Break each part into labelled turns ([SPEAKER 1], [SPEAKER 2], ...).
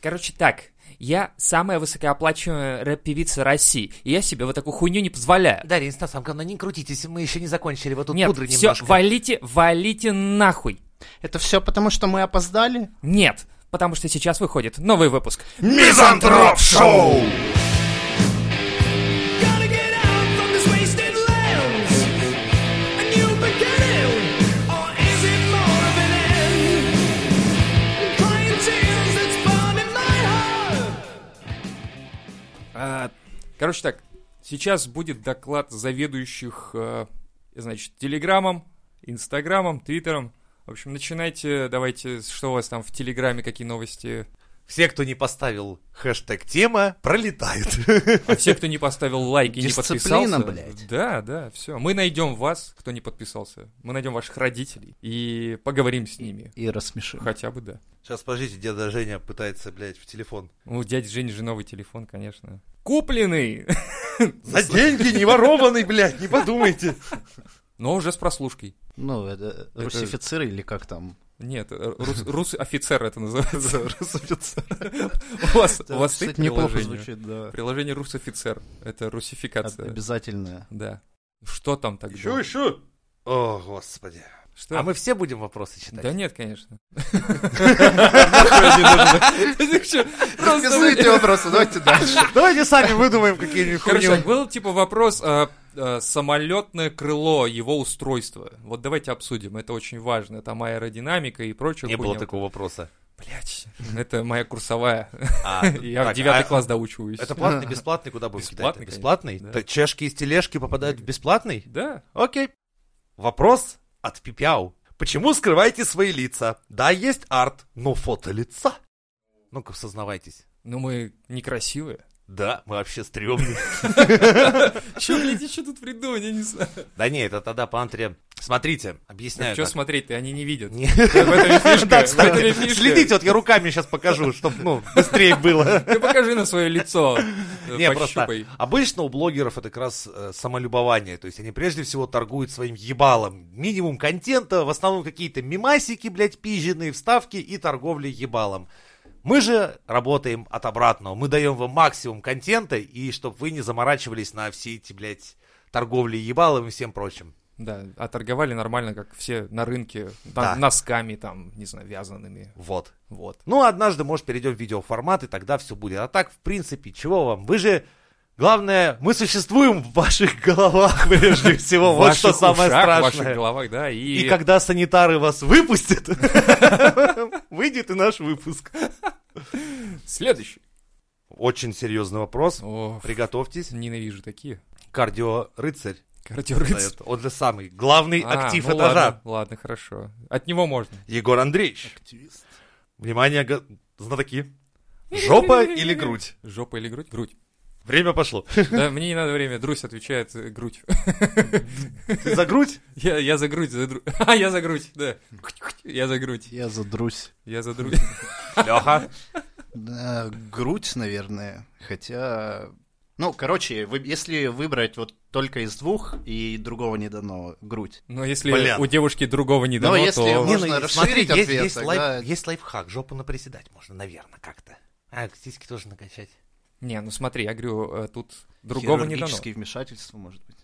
[SPEAKER 1] Короче, так. Я самая высокооплачиваемая рэп-певица России. И я себе вот такую хуйню не позволяю.
[SPEAKER 2] Дарья Инстасамка, ну не крутитесь, мы еще не закончили. Вот тут
[SPEAKER 1] Нет,
[SPEAKER 2] пудры
[SPEAKER 1] все,
[SPEAKER 2] немножко.
[SPEAKER 1] валите, валите нахуй.
[SPEAKER 3] Это все потому, что мы опоздали?
[SPEAKER 1] Нет, потому что сейчас выходит новый выпуск.
[SPEAKER 4] Мизантроп Шоу!
[SPEAKER 5] Gotta get out from this wasted lands. A new beginning, or is it more of an end? Crying tears that's burning my heart.
[SPEAKER 1] А, Короче так, сейчас будет доклад заведующих, э, значит, Телеграмом, Инстаграмом, Твиттером. В общем, начинайте, давайте, что у вас там в Телеграме, какие новости.
[SPEAKER 2] Все, кто не поставил хэштег тема, пролетают.
[SPEAKER 1] А все, кто не поставил лайк и не
[SPEAKER 3] Дисциплина,
[SPEAKER 1] подписался...
[SPEAKER 3] блядь.
[SPEAKER 1] Да, да, все. Мы найдем вас, кто не подписался. Мы найдем ваших родителей и поговорим с ними.
[SPEAKER 3] И рассмешил.
[SPEAKER 1] Хотя бы, да. Ну,
[SPEAKER 2] Сейчас, подождите, деда Женя пытается, блядь, в телефон.
[SPEAKER 1] У дяди Жени же новый телефон, конечно. Купленный!
[SPEAKER 2] За А деньги не ворованный, блядь, не подумайте.
[SPEAKER 1] Но уже с прослушкой.
[SPEAKER 3] Ну, это русифициры или как там?
[SPEAKER 1] Нет, э, рус, офицер это называется. У вас, у вас
[SPEAKER 3] Кстати,
[SPEAKER 1] стоит
[SPEAKER 3] неплохо
[SPEAKER 1] приложение.
[SPEAKER 3] звучит, да.
[SPEAKER 1] Приложение русофицер. Это
[SPEAKER 3] Об-
[SPEAKER 1] русификация.
[SPEAKER 3] Обязательное.
[SPEAKER 1] Да. Что там тогда?
[SPEAKER 2] еще? О, господи.
[SPEAKER 1] Что?
[SPEAKER 2] А мы все будем вопросы читать?
[SPEAKER 1] Да нет, конечно.
[SPEAKER 3] Записывайте вопросы, давайте дальше.
[SPEAKER 2] Давайте сами выдумаем какие-нибудь
[SPEAKER 1] Короче,
[SPEAKER 2] хуйню.
[SPEAKER 1] так, был типа вопрос а, а, самолетное крыло, его устройство. Вот давайте обсудим, это очень важно. Там аэродинамика и прочее.
[SPEAKER 2] Не было такого вопроса.
[SPEAKER 1] Блять, это моя курсовая.
[SPEAKER 2] А,
[SPEAKER 1] Я в
[SPEAKER 2] так,
[SPEAKER 1] девятый
[SPEAKER 2] а
[SPEAKER 1] класс доучиваюсь.
[SPEAKER 2] Это платный, бесплатный, куда будем кидать?
[SPEAKER 1] Бесплатный, конечно,
[SPEAKER 2] Бесплатный?
[SPEAKER 1] да.
[SPEAKER 2] Так Чешки из тележки попадают в бесплатный?
[SPEAKER 1] Да.
[SPEAKER 2] Окей. Вопрос от Пипяу. Почему скрываете свои лица? Да, есть арт, но фото лица. Ну-ка, сознавайтесь.
[SPEAKER 1] Ну мы некрасивые.
[SPEAKER 2] Да, мы вообще стрёмные.
[SPEAKER 1] Че, блядь, что тут придумать, я не знаю.
[SPEAKER 2] Да не, это тогда пантре. Смотрите, объясняю.
[SPEAKER 1] Что
[SPEAKER 2] так. Ну,
[SPEAKER 1] смотреть-то, они не видят.
[SPEAKER 2] Не.
[SPEAKER 1] В этом и фишка,
[SPEAKER 2] Да,
[SPEAKER 1] в этом и
[SPEAKER 2] кстати,
[SPEAKER 1] фишка.
[SPEAKER 2] следите, вот я руками сейчас покажу, чтобы, ну, быстрее было.
[SPEAKER 1] Ты Ну, покажи на свое лицо.
[SPEAKER 2] Не,
[SPEAKER 1] Пощупай.
[SPEAKER 2] просто обычно у блогеров это как раз э, самолюбование. То есть они прежде всего торгуют своим ебалом. Минимум контента, в основном какие-то мимасики, блядь, пизженные, вставки и торговля ебалом. Мы же работаем от обратного. Мы даем вам максимум контента, и чтобы вы не заморачивались на все эти, блядь, торговли ебалом и всем прочим.
[SPEAKER 1] Да, а торговали нормально, как все на рынке, там,
[SPEAKER 2] Да.
[SPEAKER 1] носками, там, не знаю, вязаными.
[SPEAKER 2] Вот.
[SPEAKER 1] Вот.
[SPEAKER 2] Ну, однажды, может, перейдем в видеоформат, и тогда все будет. А так, в принципе, чего вам? Вы же... Главное, мы существуем в ваших головах прежде всего.
[SPEAKER 1] В
[SPEAKER 2] Ну, Вот что
[SPEAKER 1] ваших ушах,
[SPEAKER 2] самое
[SPEAKER 1] В
[SPEAKER 2] страшное.
[SPEAKER 1] ваших головах, да, и...
[SPEAKER 2] И когда санитары вас выпустят, выйдет и наш выпуск.
[SPEAKER 1] Следующий.
[SPEAKER 2] Очень серьезный вопрос.
[SPEAKER 1] О,
[SPEAKER 2] Приготовьтесь.
[SPEAKER 1] ненавижу такие.
[SPEAKER 2] Кардио-рыцарь.
[SPEAKER 1] Кардиорыц.
[SPEAKER 2] Это Он же самый главный
[SPEAKER 1] А,
[SPEAKER 2] актив
[SPEAKER 1] ну
[SPEAKER 2] этажа.
[SPEAKER 1] Ладно, ладно, хорошо. От него можно.
[SPEAKER 2] Егор Андреевич. Внимание, го- знатоки. Жопа или грудь?
[SPEAKER 1] Жопа или грудь? Грудь.
[SPEAKER 2] Время пошло.
[SPEAKER 1] Да, мне не надо время. Друзь отвечает э, грудь.
[SPEAKER 2] Ты за грудь?
[SPEAKER 1] Я, я за грудь, за дру- А, я за грудь, да. Я за грудь.
[SPEAKER 3] Я задрусь.
[SPEAKER 1] Я за друг.
[SPEAKER 2] Леха.
[SPEAKER 3] Да, грудь, наверное. Хотя... Ну, короче, вы- если выбрать вот только из двух и другого не дано, грудь.
[SPEAKER 1] Но если
[SPEAKER 2] Блин.
[SPEAKER 1] у девушки другого не
[SPEAKER 3] Но
[SPEAKER 1] дано,
[SPEAKER 3] если
[SPEAKER 1] то...
[SPEAKER 3] вы- Можно расширить
[SPEAKER 2] ну, есть-
[SPEAKER 3] ответ,
[SPEAKER 2] есть,
[SPEAKER 3] тогда-
[SPEAKER 2] лайф- есть лайфхак, жопу наприседать можно, наверное, как-то. А, сиськи тоже накачать.
[SPEAKER 1] Не, ну смотри, я говорю, э, тут другого не дано.
[SPEAKER 3] Хирургические вмешательства, может быть.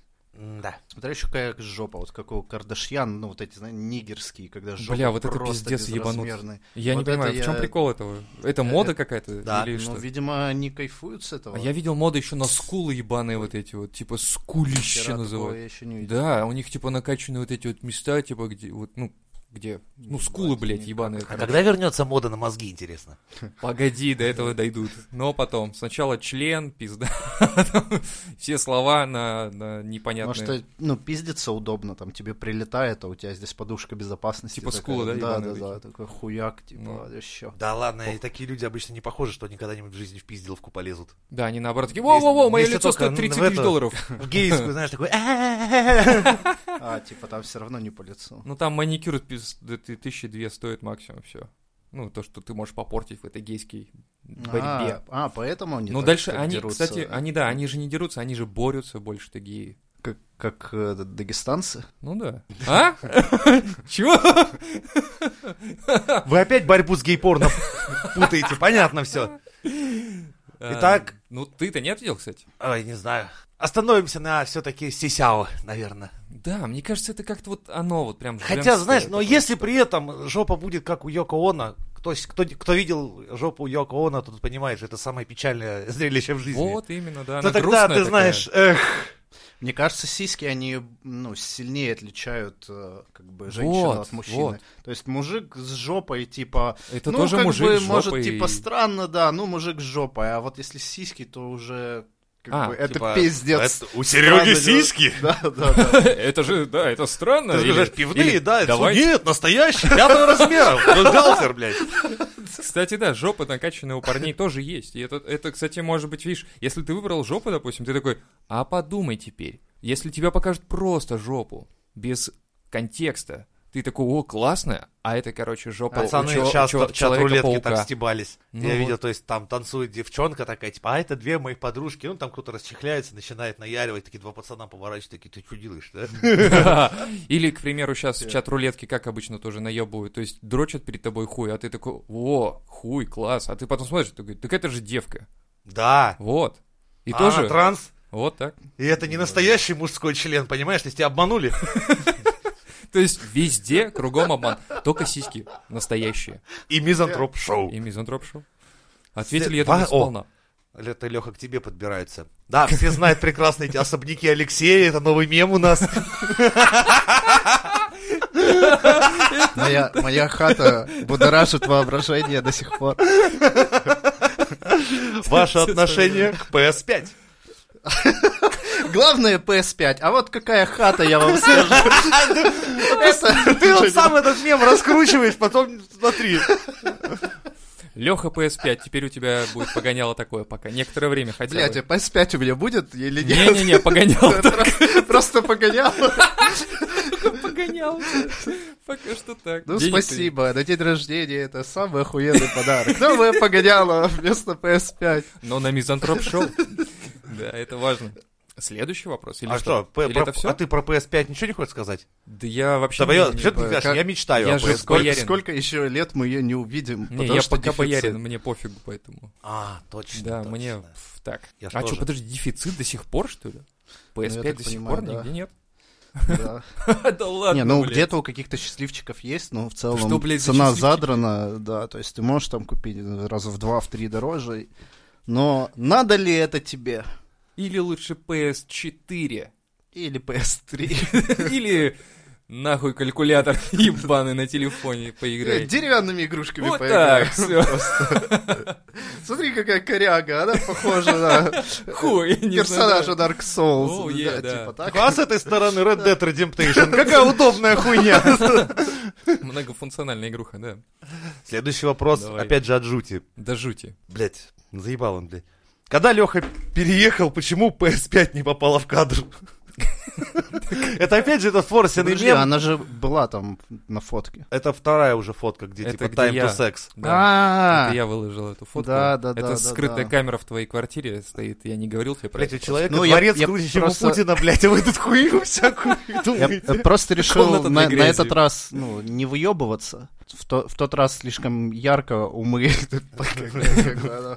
[SPEAKER 2] Да. А
[SPEAKER 3] Смотря еще какая жопа, вот какого Кардашьян, ну вот эти, знаете, нигерские, когда жопа
[SPEAKER 1] Бля, вот это
[SPEAKER 3] просто
[SPEAKER 1] пиздец ебанут.
[SPEAKER 3] безразмерная.
[SPEAKER 1] Я не
[SPEAKER 3] Вот это
[SPEAKER 1] понимаю, в чем
[SPEAKER 3] я-
[SPEAKER 1] прикол этого? Это мода какая-то?
[SPEAKER 2] да,
[SPEAKER 1] или что?
[SPEAKER 3] Ну, видимо, они кайфуют с этого.
[SPEAKER 1] А я видел моды еще на скулы ебаные вот эти вот, типа
[SPEAKER 3] Вчера
[SPEAKER 1] скулище
[SPEAKER 3] такого
[SPEAKER 1] называют.
[SPEAKER 3] я еще не видел.
[SPEAKER 1] Да, у них типа накачаны вот эти вот места, типа где, вот, ну, где, ну, скулы, блядь, ебаные.
[SPEAKER 2] А когда вернется мода на мозги, интересно?
[SPEAKER 1] Погоди, до этого дойдут. Но потом, сначала член, пизда, все слова на, на непонятные.
[SPEAKER 3] Может, это, ну, пиздиться удобно, там тебе прилетает, а у тебя здесь подушка безопасности.
[SPEAKER 1] Типа
[SPEAKER 3] такая.
[SPEAKER 1] скула, да,
[SPEAKER 3] Да, да,
[SPEAKER 1] ебаная,
[SPEAKER 3] да, такой хуяк, типа,
[SPEAKER 1] Ну.
[SPEAKER 3] еще.
[SPEAKER 2] Да ладно, и такие люди обычно не похожи, что они когда-нибудь в жизни в пизделовку полезут.
[SPEAKER 1] Да, они наоборот такие, воу-воу-воу, мое
[SPEAKER 2] Если
[SPEAKER 1] лицо
[SPEAKER 2] только
[SPEAKER 1] стоит 30
[SPEAKER 2] в
[SPEAKER 1] тысяч
[SPEAKER 2] эту-
[SPEAKER 1] долларов.
[SPEAKER 2] В гейскую, знаешь, такой... «А-а-а-а-а».
[SPEAKER 3] А, типа, там все равно не по лицу.
[SPEAKER 1] Ну, там маникюр пиз- да ты- тысячи две стоит максимум, все. Ну, то, что ты можешь попортить в этой гейской борьбе.
[SPEAKER 3] А, а, поэтому они
[SPEAKER 1] Ну,
[SPEAKER 3] так
[SPEAKER 1] дальше
[SPEAKER 3] как
[SPEAKER 1] они,
[SPEAKER 3] дерутся.
[SPEAKER 1] кстати, они, да, они же не дерутся, они же борются больше, то геи.
[SPEAKER 3] как, как э, дагестанцы.
[SPEAKER 1] Ну да. А? Чего?
[SPEAKER 2] Вы опять борьбу с гей-порно путаете, понятно все. Итак.
[SPEAKER 1] А, Ну, ты-то не ответил, кстати.
[SPEAKER 2] Ой, не знаю. Остановимся на все-таки сисяо, наверное.
[SPEAKER 1] Да, мне кажется, это как-то вот оно вот прям...
[SPEAKER 2] Хотя,
[SPEAKER 1] женское
[SPEAKER 2] знаешь, но
[SPEAKER 1] такое.
[SPEAKER 2] если при этом жопа будет как у Йоко Оно, кто, кто, кто видел жопу Йоко Оно, тот понимает, что это самое печальное зрелище в жизни.
[SPEAKER 1] Вот именно, да.
[SPEAKER 2] то
[SPEAKER 1] она
[SPEAKER 2] тогда
[SPEAKER 1] грустная
[SPEAKER 2] ты
[SPEAKER 1] такая.
[SPEAKER 2] знаешь, эх,
[SPEAKER 3] Мне кажется, сиськи, они ну, сильнее отличают э, как бы, женщину
[SPEAKER 1] Вот,
[SPEAKER 3] от мужчины.
[SPEAKER 1] вот.
[SPEAKER 3] То есть мужик с жопой, типа...
[SPEAKER 1] Это
[SPEAKER 3] ну,
[SPEAKER 1] тоже
[SPEAKER 3] как
[SPEAKER 1] мужик
[SPEAKER 3] бы,
[SPEAKER 1] с
[SPEAKER 3] может,
[SPEAKER 1] жопой
[SPEAKER 3] типа,
[SPEAKER 1] и-
[SPEAKER 3] странно, да, ну, мужик с жопой. А вот если сиськи, то уже... Как
[SPEAKER 1] А,
[SPEAKER 3] бы, это
[SPEAKER 2] типа,
[SPEAKER 3] пиздец.
[SPEAKER 2] это у
[SPEAKER 3] Странно, Да, да, да.
[SPEAKER 1] Это же, да, это странно.
[SPEAKER 2] Ты же
[SPEAKER 1] Ну, Или-
[SPEAKER 2] говоришь, пивные,
[SPEAKER 1] или
[SPEAKER 2] да, это-
[SPEAKER 1] давай-
[SPEAKER 2] нет, настоящий, пятого размера, бюстгальтер, блядь.
[SPEAKER 1] Кстати, да, жопы накачанные у парней тоже есть. И это, это, кстати, может быть, видишь, если ты выбрал жопу, допустим, ты такой, а подумай теперь, если тебя покажут просто жопу, без контекста, ты такой, о, классно, а это, короче, жопа
[SPEAKER 2] Пацаны
[SPEAKER 1] у чё-
[SPEAKER 2] часто
[SPEAKER 1] чё-
[SPEAKER 2] в чат-рулетке
[SPEAKER 1] Человека-паука.
[SPEAKER 2] так стебались.
[SPEAKER 1] Ну вот.
[SPEAKER 2] Я видел, то есть там танцует девчонка такая, типа, а это две моих подружки. Ну, там кто-то расчехляется, начинает наяривать, такие два пацана поворачивают, такие, ты что делаешь, да?
[SPEAKER 1] Или, к примеру, сейчас в чат рулетки, как обычно, тоже наебывают. То есть дрочат перед тобой хуй, а ты такой, о, хуй, класс. А ты потом смотришь, такой, так это же девка.
[SPEAKER 2] Да.
[SPEAKER 1] Вот. И
[SPEAKER 2] А,
[SPEAKER 1] тоже
[SPEAKER 2] транс.
[SPEAKER 1] вот так.
[SPEAKER 2] И это не настоящий мужской член, понимаешь? То есть тебя обманули.
[SPEAKER 1] То есть везде кругом обман. Только сиськи настоящие.
[SPEAKER 2] И мизантроп шоу.
[SPEAKER 1] И мизантроп шоу. Ответили
[SPEAKER 2] След-
[SPEAKER 1] это
[SPEAKER 2] Ва- о.
[SPEAKER 1] сполна.
[SPEAKER 2] Это Леха к тебе подбирается. Да, все знают прекрасно эти особняки Алексея, это новый мем у нас.
[SPEAKER 3] Моя, моя хата будоражит воображение до сих пор.
[SPEAKER 2] Ваше отношение к PS5.
[SPEAKER 3] Главное PS5. А вот какая хата, я вам скажу.
[SPEAKER 2] Ты вот сам этот мем раскручиваешь, потом смотри.
[SPEAKER 1] Леха PS5, теперь у тебя будет погоняло такое пока. Некоторое время хотя
[SPEAKER 3] Блять, а
[SPEAKER 1] бы.
[SPEAKER 3] PS5 у меня будет или нет?
[SPEAKER 1] Не-не-не, погоняло.
[SPEAKER 3] Просто- Просто погонял.
[SPEAKER 1] Погоняло. Пока что так.
[SPEAKER 3] Ну,
[SPEAKER 1] Денег-то
[SPEAKER 3] спасибо. На день рождения это самый охуенный подарок. Новое погоняло вместо PS5.
[SPEAKER 1] нет. Но на мизантроп шоу. Да, это важно. Следующий вопрос. Или
[SPEAKER 2] А что, П-
[SPEAKER 1] Или
[SPEAKER 2] про-
[SPEAKER 1] это все?
[SPEAKER 2] а ты про PS5 ничего не хочешь сказать?
[SPEAKER 1] Да я вообще...
[SPEAKER 2] Да,
[SPEAKER 1] не-
[SPEAKER 2] я-
[SPEAKER 1] не-
[SPEAKER 2] что ты не скажешь?
[SPEAKER 3] как-
[SPEAKER 2] Я мечтаю
[SPEAKER 1] я
[SPEAKER 2] о
[SPEAKER 1] же
[SPEAKER 2] PS5.
[SPEAKER 1] скоро-
[SPEAKER 3] Сколько,
[SPEAKER 1] Боярин.
[SPEAKER 3] сколько еще лет мы ее не увидим?
[SPEAKER 1] Не,
[SPEAKER 3] потому
[SPEAKER 1] я
[SPEAKER 3] что
[SPEAKER 1] пока
[SPEAKER 3] дефицит.
[SPEAKER 1] боярин, мне пофигу, поэтому...
[SPEAKER 2] А, точно.
[SPEAKER 1] Да,
[SPEAKER 2] точно.
[SPEAKER 1] мне пф, так.
[SPEAKER 2] Я ж
[SPEAKER 1] а что,
[SPEAKER 2] тоже.
[SPEAKER 1] подожди, дефицит до сих пор, что ли?
[SPEAKER 3] Ну, я
[SPEAKER 1] PS5
[SPEAKER 3] так
[SPEAKER 1] до сих
[SPEAKER 3] понимаю,
[SPEAKER 1] пор
[SPEAKER 3] да.
[SPEAKER 1] нигде нет.
[SPEAKER 3] Да.
[SPEAKER 1] Да ладно,
[SPEAKER 3] Не, ну
[SPEAKER 1] блядь.
[SPEAKER 3] где-то у каких-то счастливчиков есть, но в целом
[SPEAKER 1] что, блядь, за
[SPEAKER 3] цена
[SPEAKER 1] счастливчики?
[SPEAKER 3] задрана, да, то есть ты можешь там купить раза в два, в три дороже, но надо ли это тебе?
[SPEAKER 1] Или лучше PS4.
[SPEAKER 3] Или PS3?
[SPEAKER 1] Или нахуй калькулятор ебаный на телефоне поиграй.
[SPEAKER 3] Деревянными игрушками
[SPEAKER 1] Вот
[SPEAKER 3] поиграй.
[SPEAKER 1] так, все.
[SPEAKER 3] Смотри, какая коряга, она похожа на
[SPEAKER 1] Хуй, не
[SPEAKER 3] персонажа
[SPEAKER 1] знаю.
[SPEAKER 3] Dark Souls.
[SPEAKER 1] Оу, е, да.
[SPEAKER 3] Типа так.
[SPEAKER 2] А с этой стороны Red Dead Redemption. Какая удобная хуйня.
[SPEAKER 1] Многофункциональная игруха, да.
[SPEAKER 2] Следующий вопрос,
[SPEAKER 1] Давай.
[SPEAKER 2] опять же, от Жути.
[SPEAKER 1] Да жути.
[SPEAKER 2] Блять, заебал он, блядь. Когда Леха переехал, почему PS5 не попала в кадр? Это опять же этот форсенный
[SPEAKER 3] Подожди, а
[SPEAKER 2] мем.
[SPEAKER 3] она же была там на фотке.
[SPEAKER 2] Это вторая уже фотка, где
[SPEAKER 1] Это
[SPEAKER 2] типа
[SPEAKER 1] где
[SPEAKER 2] time
[SPEAKER 1] я.
[SPEAKER 2] to sex.
[SPEAKER 1] Да.
[SPEAKER 3] А,
[SPEAKER 1] Это я выложил эту фотку.
[SPEAKER 3] Да, да, да,
[SPEAKER 1] Это
[SPEAKER 3] да,
[SPEAKER 1] скрытая
[SPEAKER 3] да.
[SPEAKER 1] камера в твоей квартире стоит. Я не говорил тебе про
[SPEAKER 2] Блять, у
[SPEAKER 1] это.
[SPEAKER 2] человека
[SPEAKER 3] Ну, я-
[SPEAKER 2] дворец
[SPEAKER 3] я
[SPEAKER 2] круче, чем у
[SPEAKER 3] просто-
[SPEAKER 2] Путина, блять, а вы тут хуйню всякую
[SPEAKER 3] Я
[SPEAKER 2] думаете.
[SPEAKER 3] э, просто решил
[SPEAKER 1] Комната для
[SPEAKER 3] на, на
[SPEAKER 1] грязи.
[SPEAKER 3] этот раз ну, не выебываться. В, то- в тот раз слишком ярко умы.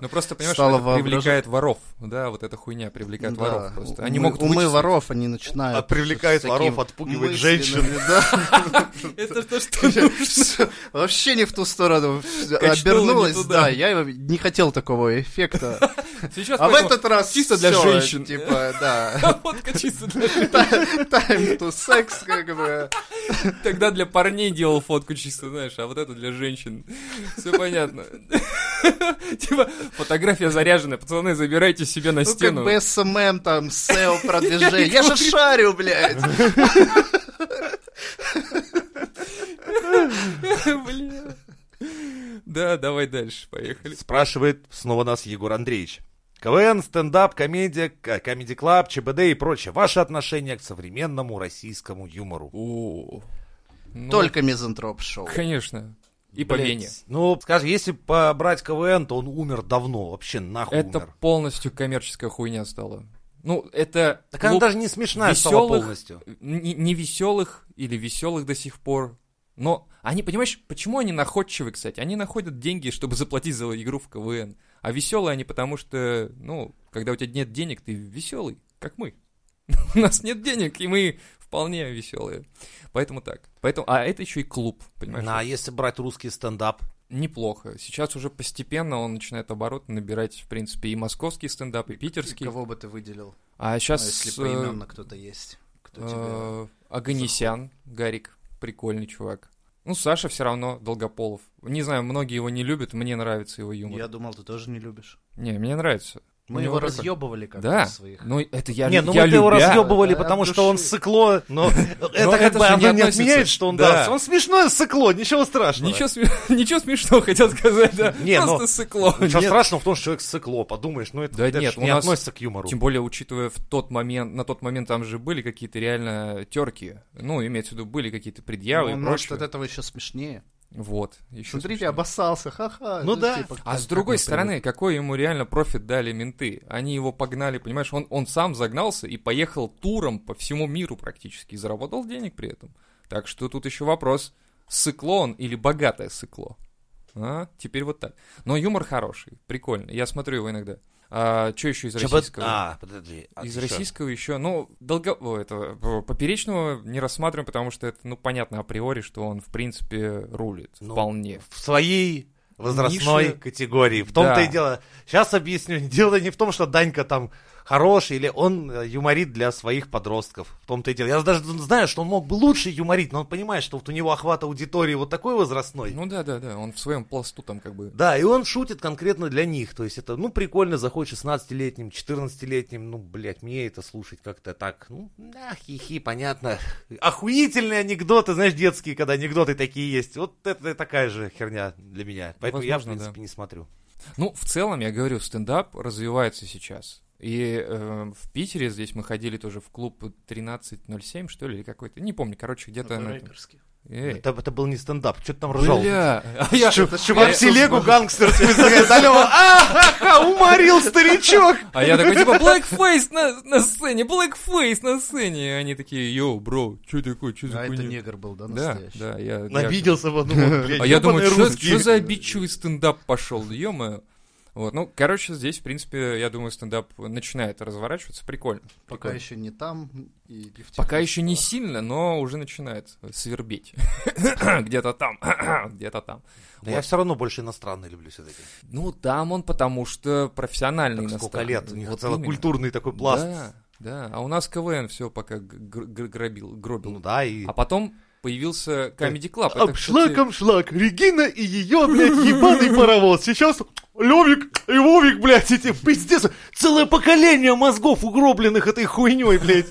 [SPEAKER 1] Ну просто понимаешь,
[SPEAKER 3] Стало
[SPEAKER 1] что это
[SPEAKER 3] воображать. Ну
[SPEAKER 1] привлекает воров. Да, вот эта хуйня привлекает воров просто. Они
[SPEAKER 3] Умы-
[SPEAKER 1] могут
[SPEAKER 3] умы
[SPEAKER 1] мучиться.
[SPEAKER 3] воров, они начинают.
[SPEAKER 2] А привлекает
[SPEAKER 3] с таким
[SPEAKER 2] воров, отпугивает
[SPEAKER 3] мысленным,
[SPEAKER 2] женщин.
[SPEAKER 3] да.
[SPEAKER 1] Это то, что
[SPEAKER 3] Всё, Вообще не в ту сторону. всё,
[SPEAKER 1] Качнуло не
[SPEAKER 3] Обернулась,
[SPEAKER 1] туда.
[SPEAKER 3] да. Я не хотел такого эффекта.
[SPEAKER 1] Сейчас
[SPEAKER 3] А в
[SPEAKER 1] поэтому
[SPEAKER 3] этот раз
[SPEAKER 1] чисто для
[SPEAKER 3] всё,
[SPEAKER 1] женщин.
[SPEAKER 3] Типа, да.
[SPEAKER 1] Фотка чисто для
[SPEAKER 3] Time to sex, как бы.
[SPEAKER 1] Тогда для парней делал фотку чисто, знаешь, а вот это для женщин. Все понятно. Типа, фотография заряженная, пацаны, забирайте себе на
[SPEAKER 3] Ну, как
[SPEAKER 1] стену.
[SPEAKER 3] бы СММ, там, SEO продвижение. Я же шарю, блядь.
[SPEAKER 1] Бля. Да, давай дальше, поехали.
[SPEAKER 2] Спрашивает снова нас Егор Андреевич. КВН, стендап, комедия, к- комеди клаб, ЧБД и прочее. Ваши отношения к современному российскому юмору.
[SPEAKER 1] О, ну,
[SPEAKER 3] Только мизантроп шоу.
[SPEAKER 1] Конечно. И по
[SPEAKER 2] Блядь,
[SPEAKER 1] Вене.
[SPEAKER 2] Ну, скажи, если побрать КВН, то он умер давно, вообще нахуй
[SPEAKER 1] Это
[SPEAKER 2] умер.
[SPEAKER 1] полностью коммерческая хуйня стала. Ну, это
[SPEAKER 2] Так она
[SPEAKER 1] клуб
[SPEAKER 2] даже не смешная стала
[SPEAKER 1] весёлых-
[SPEAKER 2] полностью.
[SPEAKER 1] н- невеселых или веселых до сих пор. Но они, понимаешь, почему они находчивы, кстати? Они находят деньги, чтобы заплатить за игру в КВН. А веселые они потому что, ну, когда у тебя нет денег, ты веселый, как мы. У нас нет денег, и мы вполне веселые. Поэтому так. Поэтому, а это еще и клуб, понимаешь?
[SPEAKER 2] А если брать русский стендап?
[SPEAKER 1] Неплохо. Сейчас уже постепенно он начинает оборот набирать, в принципе, и московский стендап, и питерский.
[SPEAKER 3] Кого бы ты выделил?
[SPEAKER 1] А
[SPEAKER 3] Ну,
[SPEAKER 1] сейчас...
[SPEAKER 3] если
[SPEAKER 1] э,
[SPEAKER 3] поименно кто-то есть. Кто тебе...
[SPEAKER 1] Э, Аганесян, Гарик, прикольный чувак. Ну, Саша все равно Долгополов. Не знаю, многие его не любят, мне нравится его юмор.
[SPEAKER 3] Я думал, ты тоже не любишь.
[SPEAKER 1] Не, мне нравится. У
[SPEAKER 3] Мы
[SPEAKER 1] него
[SPEAKER 3] его
[SPEAKER 1] прикольно.
[SPEAKER 3] разъебывали как
[SPEAKER 1] Да,
[SPEAKER 3] своих.
[SPEAKER 1] ну это я,
[SPEAKER 2] не, ну
[SPEAKER 1] я
[SPEAKER 2] мы его
[SPEAKER 1] любя.
[SPEAKER 2] разъебывали,
[SPEAKER 3] Да,
[SPEAKER 2] потому
[SPEAKER 3] от
[SPEAKER 2] что он
[SPEAKER 3] души.
[SPEAKER 2] сыкло, но это как
[SPEAKER 1] Ну, это
[SPEAKER 2] бы
[SPEAKER 1] же не
[SPEAKER 2] оно не
[SPEAKER 1] относится.
[SPEAKER 2] отменяет, что он
[SPEAKER 1] Да.
[SPEAKER 2] да. Он смешное сыкло, ничего страшного.
[SPEAKER 1] Ничего, сме- ничего смешного хотел сказать, да.
[SPEAKER 2] Не, ну,
[SPEAKER 1] Просто сыкло.
[SPEAKER 2] Ничего
[SPEAKER 1] Нет.
[SPEAKER 2] страшного в том, что человек сыкло, подумаешь, ну это,
[SPEAKER 1] Да
[SPEAKER 2] это
[SPEAKER 1] нет,
[SPEAKER 2] ж
[SPEAKER 1] у
[SPEAKER 2] не
[SPEAKER 1] нас-
[SPEAKER 2] относится к юмору.
[SPEAKER 1] Тем более, учитывая в тот момент, на тот момент там же были какие-то реально терки. Ну, имеется в виду, были какие-то предъявы
[SPEAKER 3] Ну,
[SPEAKER 1] и
[SPEAKER 3] может,
[SPEAKER 1] прочее.
[SPEAKER 3] от этого еще смешнее.
[SPEAKER 1] Вот. Еще
[SPEAKER 3] Смотрите, обоссался, ха-ха.
[SPEAKER 2] Ну да.
[SPEAKER 3] типа,
[SPEAKER 1] А
[SPEAKER 3] как-
[SPEAKER 1] с
[SPEAKER 3] как
[SPEAKER 1] другой
[SPEAKER 3] мы
[SPEAKER 1] стороны, какой ему реально профит дали менты? Они его погнали, понимаешь, он, он сам загнался и поехал туром по всему миру практически, и заработал денег при этом. Так что тут еще вопрос, сыкло он или богатое сыкло? А, теперь вот так. Но юмор хороший, прикольно, я смотрю его иногда. А, что еще из
[SPEAKER 2] Чё бы-
[SPEAKER 1] российского?
[SPEAKER 2] А, подожди. а
[SPEAKER 1] Из
[SPEAKER 2] ты чё?
[SPEAKER 1] российского еще, ну, долго... о, это, б- поперечного не рассматриваем, потому что это, ну, понятно априори, что он, в принципе, рулит.
[SPEAKER 2] Ну,
[SPEAKER 1] вполне.
[SPEAKER 2] В своей возрастной
[SPEAKER 1] Нише.
[SPEAKER 2] категории. В том-то
[SPEAKER 1] Да.
[SPEAKER 2] и дело. Сейчас объясню. Дело не в том, что Данька там хороший, или он э, юморит для своих подростков. В том-то и дело. Я даже знаю, что он мог бы лучше юморить, но он понимает, что вот у него охват аудитории вот такой возрастной.
[SPEAKER 1] Ну да, да, да, он в своем пласту там как бы
[SPEAKER 2] Да, и он шутит конкретно для них. То есть это, ну, прикольно, заходит 16-летним, 14-летним. Ну, блядь, мне это слушать как-то так. Ну, да, хихи, понятно. Охуительные анекдоты, знаешь, детские, когда анекдоты такие есть. Вот это такая же херня для меня. Поэтому я, в
[SPEAKER 1] Возможно,
[SPEAKER 2] принципе, не смотрю.
[SPEAKER 1] Ну, в целом, я говорю, стендап развивается сейчас. И э, в Питере здесь мы ходили тоже в клуб 1307, что ли, или какой-то. Не помню, короче,
[SPEAKER 3] придумали.
[SPEAKER 1] где-то... на этом.
[SPEAKER 3] Рэперский.
[SPEAKER 1] Эй.
[SPEAKER 2] Это, это был не стендап. Что ты там ржал?
[SPEAKER 1] Бля, а я-
[SPEAKER 2] Чу- Чувак
[SPEAKER 1] я-
[SPEAKER 2] в телегу гангстерскую залил. Ахаха, уморил старичок.
[SPEAKER 1] А я такой, типа, blackface на, на сцене, blackface на сцене. И они такие, йоу, бро, что такое, что за
[SPEAKER 3] А это
[SPEAKER 1] хуйня?»
[SPEAKER 3] негр был, да,
[SPEAKER 1] Да,
[SPEAKER 3] настоящий?
[SPEAKER 1] да, я... я-
[SPEAKER 2] Обиделся, подумал, ну, блядь,
[SPEAKER 1] А я думаю,
[SPEAKER 2] ёбаные
[SPEAKER 1] что
[SPEAKER 2] русские.
[SPEAKER 1] за обидчивый стендап пошел, ё Вот, ну, короче, здесь, в принципе, я думаю, стендап начинает разворачиваться, прикольно.
[SPEAKER 3] Пока
[SPEAKER 1] прикольно.
[SPEAKER 3] еще не там. и не
[SPEAKER 2] Типа,
[SPEAKER 3] в тех
[SPEAKER 1] Пока еще не
[SPEAKER 3] местах.
[SPEAKER 1] сильно, но уже начинает свербеть. Где-то там, где-то там.
[SPEAKER 2] Да Я все равно больше иностранные люблю все-таки.
[SPEAKER 1] Ну, там он, потому что профессиональный
[SPEAKER 2] Так сколько
[SPEAKER 1] иностранный.
[SPEAKER 2] лет, у них
[SPEAKER 1] Вот
[SPEAKER 2] целый
[SPEAKER 1] именно.
[SPEAKER 2] культурный такой пласт.
[SPEAKER 1] Да, да. А у нас КВН все пока г- гр- гр- грабил,
[SPEAKER 2] Ну
[SPEAKER 1] гробил.
[SPEAKER 2] да, и...
[SPEAKER 1] А потом появился Comedy Club. Это, кстати,
[SPEAKER 2] Обшлаком шлак, Регина и ее, блядь, ебаный паровоз. Сейчас Левик и Вовик, блядь, эти, пиздец, целое поколение мозгов угробленных этой хуйней, блядь.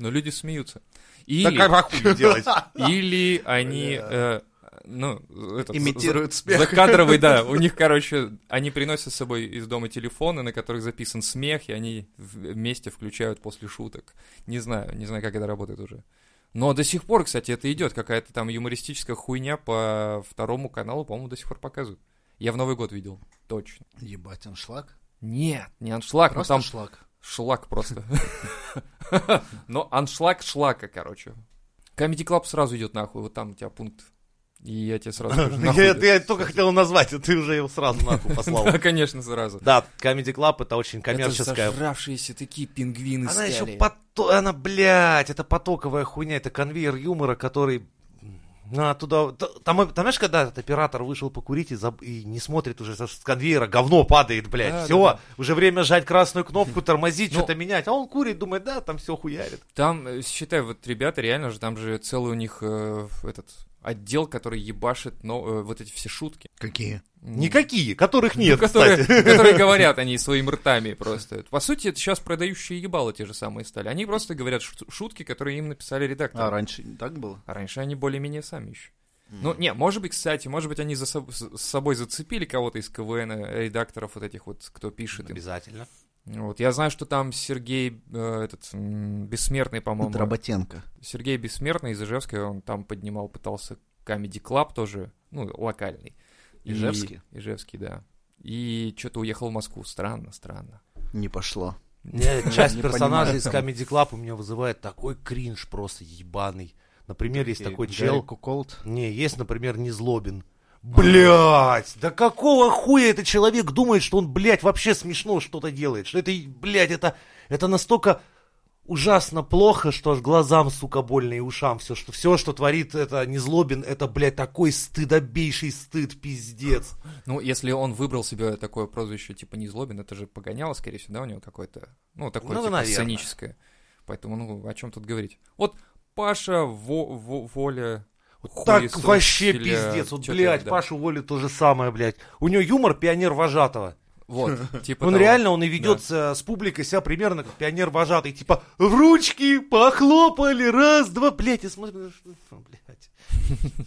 [SPEAKER 1] Но ну, люди смеются.
[SPEAKER 2] Да
[SPEAKER 1] Или,
[SPEAKER 2] как ахуй делать?
[SPEAKER 1] или они... э, ну, этот, за-
[SPEAKER 3] Имитируют смех.
[SPEAKER 1] Закадровый, да. У них, короче, они приносят с собой из дома телефоны, на которых записан смех, и они в- вместе включают после шуток. Не знаю, не знаю, как это работает уже. Но до сих пор, кстати, это идет. Какая-то там юмористическая хуйня по второму каналу, по-моему, до сих пор показывают. Я в Новый год видел. Точно.
[SPEAKER 3] Ебать, он шлак.
[SPEAKER 1] Нет, не аншлаг, но
[SPEAKER 3] Просто
[SPEAKER 1] А там
[SPEAKER 3] шлак.
[SPEAKER 1] шлак просто. Но аншлаг шлака, короче. Comedy Club сразу идет нахуй. Вот там у тебя пункт. И я тебе сразу скажу, нахуй
[SPEAKER 2] Я
[SPEAKER 1] идёт.
[SPEAKER 2] я только хотел назвать, а ты уже его сразу нахуй послал.
[SPEAKER 1] Да, конечно, сразу.
[SPEAKER 2] Да, Comedy Club это очень коммерческая
[SPEAKER 1] Это зажравшиеся такие пингвины
[SPEAKER 2] Она
[SPEAKER 1] стали.
[SPEAKER 2] еще пото... Она, блядь, это потоковая хуйня, это конвейер юмора, который... На туда... Т- Там, э, там, знаешь, когда этот оператор вышел покурить и, заб- и не смотрит уже, с говно говно падает, блядь,
[SPEAKER 1] Да,
[SPEAKER 2] все,
[SPEAKER 1] да, да.
[SPEAKER 2] уже время жать красную кнопку, тормозить,
[SPEAKER 1] Ну.
[SPEAKER 2] что-то менять, а он курит, думает, да, там все хуярит.
[SPEAKER 1] Там, э, считай, вот ребята реально же, там же целый у них э, в этот отдел, который ебашит но, э, вот эти все шутки.
[SPEAKER 3] Какие?
[SPEAKER 2] Никакие, которых
[SPEAKER 1] Ну,
[SPEAKER 2] нет,
[SPEAKER 1] которые,
[SPEAKER 2] кстати.
[SPEAKER 1] которые говорят они своими ртами просто. По сути, это сейчас продающие ебалы те же самые стали. Они просто говорят шу- шутки, которые им написали редакторы.
[SPEAKER 3] А, раньше не так было?
[SPEAKER 1] А раньше они более-менее сами еще. Ну, не, может быть, кстати, может быть, они за соб- с с собой зацепили кого-то из КВН, э, редакторов вот этих вот, кто
[SPEAKER 2] Ну,
[SPEAKER 1] пишет. им.
[SPEAKER 2] Обязательно.
[SPEAKER 1] Вот, я знаю, что там Сергей, э, этот, м, Бессмертный, по-моему,
[SPEAKER 3] Дроботенко.
[SPEAKER 1] Сергей Бессмертный из Ижевска, он там поднимал, пытался Comedy Club тоже, ну, локальный. И-
[SPEAKER 3] Ижевский?
[SPEAKER 1] Ижевский, да. И что-то уехал в Москву. Странно, странно.
[SPEAKER 3] Не пошло.
[SPEAKER 2] Не, Э, часть
[SPEAKER 1] не
[SPEAKER 2] персонажей
[SPEAKER 1] понимаю.
[SPEAKER 2] из Comedy Club у меня вызывает такой кринж просто ебаный. Например, есть такой
[SPEAKER 3] Гарри
[SPEAKER 2] чел.
[SPEAKER 3] Куколт.
[SPEAKER 2] Не, есть, например, Незлобин. Блять, да какого хуя этот человек думает, что он, блядь, вообще смешно что-то делает? Что это, блядь, это, это настолько ужасно плохо, что аж глазам, сука, больно и ушам. Все, что, все, что творит это Незлобин, это, блядь, такой стыдобейший стыд, пиздец.
[SPEAKER 1] Ну, если он выбрал себе такое прозвище, типа Незлобин, это же погоняло, скорее всего, да, у него какое-то, ну, такое,
[SPEAKER 2] Ну,
[SPEAKER 1] типа,
[SPEAKER 2] наверное.
[SPEAKER 1] сценическое. Поэтому, ну, о чем тут говорить? Вот Паша, Во- Во- Воля,
[SPEAKER 2] Вот
[SPEAKER 1] Хуесос,
[SPEAKER 2] так вообще
[SPEAKER 1] или
[SPEAKER 2] пиздец. Вот,
[SPEAKER 1] чё-то,
[SPEAKER 2] блядь,
[SPEAKER 1] да.
[SPEAKER 2] Пашу Воли то же самое, блядь. У него юмор пионер вожатого.
[SPEAKER 1] вот, типа
[SPEAKER 2] Он
[SPEAKER 1] того.
[SPEAKER 2] реально, он и ведет с, э, с публикой себя примерно как пионер вожатый. Типа, в ручки похлопали, раз, два, блядь, и смотрим, что, ну, блядь.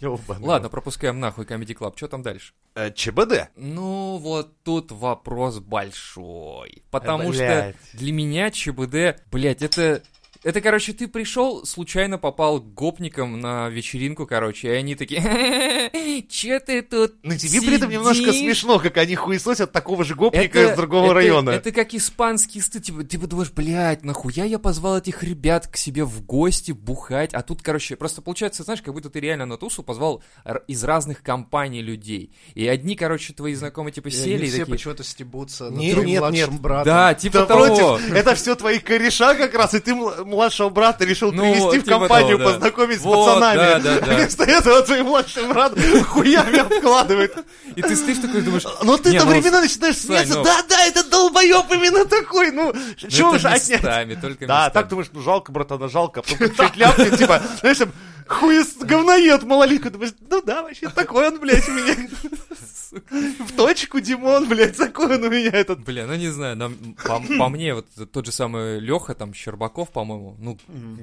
[SPEAKER 2] Ёбаный.
[SPEAKER 1] Ладно, пропускаем нахуй Comedy Club, что там дальше?
[SPEAKER 2] Э, ЧБД.
[SPEAKER 1] Ну, вот тут вопрос большой. Потому
[SPEAKER 2] Блядь.
[SPEAKER 1] что для меня ЧБД, блядь, это... Это, короче, ты пришел, случайно попал гопником на вечеринку, короче, и они такие, че ты тут
[SPEAKER 2] Ну тебе при этом немножко
[SPEAKER 1] сидишь?»
[SPEAKER 2] смешно, как они хуесосят такого же гопника из другого
[SPEAKER 1] это-
[SPEAKER 2] района.
[SPEAKER 1] Это как испанский стыд. Типа, ты подумаешь, блядь, нахуя я позвал этих ребят к себе в гости бухать? А тут, короче, просто получается, знаешь, как будто ты реально на тусу позвал р- из разных компаний людей. И одни, короче, твои знакомые, типа,
[SPEAKER 3] И
[SPEAKER 1] сели
[SPEAKER 3] они
[SPEAKER 1] и
[SPEAKER 3] Э, все
[SPEAKER 1] такие...
[SPEAKER 3] почему-то стебутся над
[SPEAKER 2] Нет,
[SPEAKER 3] твоим
[SPEAKER 2] нет,
[SPEAKER 3] младшим
[SPEAKER 2] нет.
[SPEAKER 3] братом.
[SPEAKER 1] Да, типа
[SPEAKER 2] Да
[SPEAKER 1] того.
[SPEAKER 2] А, против, это все твои кореша как раз, и ты мл- младшего брата решил
[SPEAKER 1] Ну,
[SPEAKER 2] привести в
[SPEAKER 1] типа
[SPEAKER 2] компанию,
[SPEAKER 1] того, да.
[SPEAKER 2] познакомить с
[SPEAKER 1] Вот,
[SPEAKER 2] пацанами.
[SPEAKER 1] да, да, да.
[SPEAKER 2] Вместо этого твой младший брат хуями обкладывает.
[SPEAKER 1] И ты стоишь такой и думаешь...
[SPEAKER 2] Но
[SPEAKER 1] Не,
[SPEAKER 2] ты-то
[SPEAKER 1] ну,
[SPEAKER 2] времена начинаешь смеяться.
[SPEAKER 1] ну-
[SPEAKER 2] Да, да, это долбоеб именно такой. Ну,
[SPEAKER 1] «Ну,
[SPEAKER 2] чего
[SPEAKER 1] это
[SPEAKER 2] вы же отнять?
[SPEAKER 1] местами, только
[SPEAKER 2] Да,
[SPEAKER 1] местами».
[SPEAKER 2] так думаешь, ну жалко, братана, жалко. А потом как чуть ляпнет, типа, знаешь, там, хуес, говноед малолетка. Думаешь, ну да, вообще такой он, блядь, у меня. В точку, Димон, блядь, такой он у меня этот.
[SPEAKER 1] Бля, ну не знаю, нам- по, по мне, вот тот же самый Леха, там, Щербаков, по-моему, ну,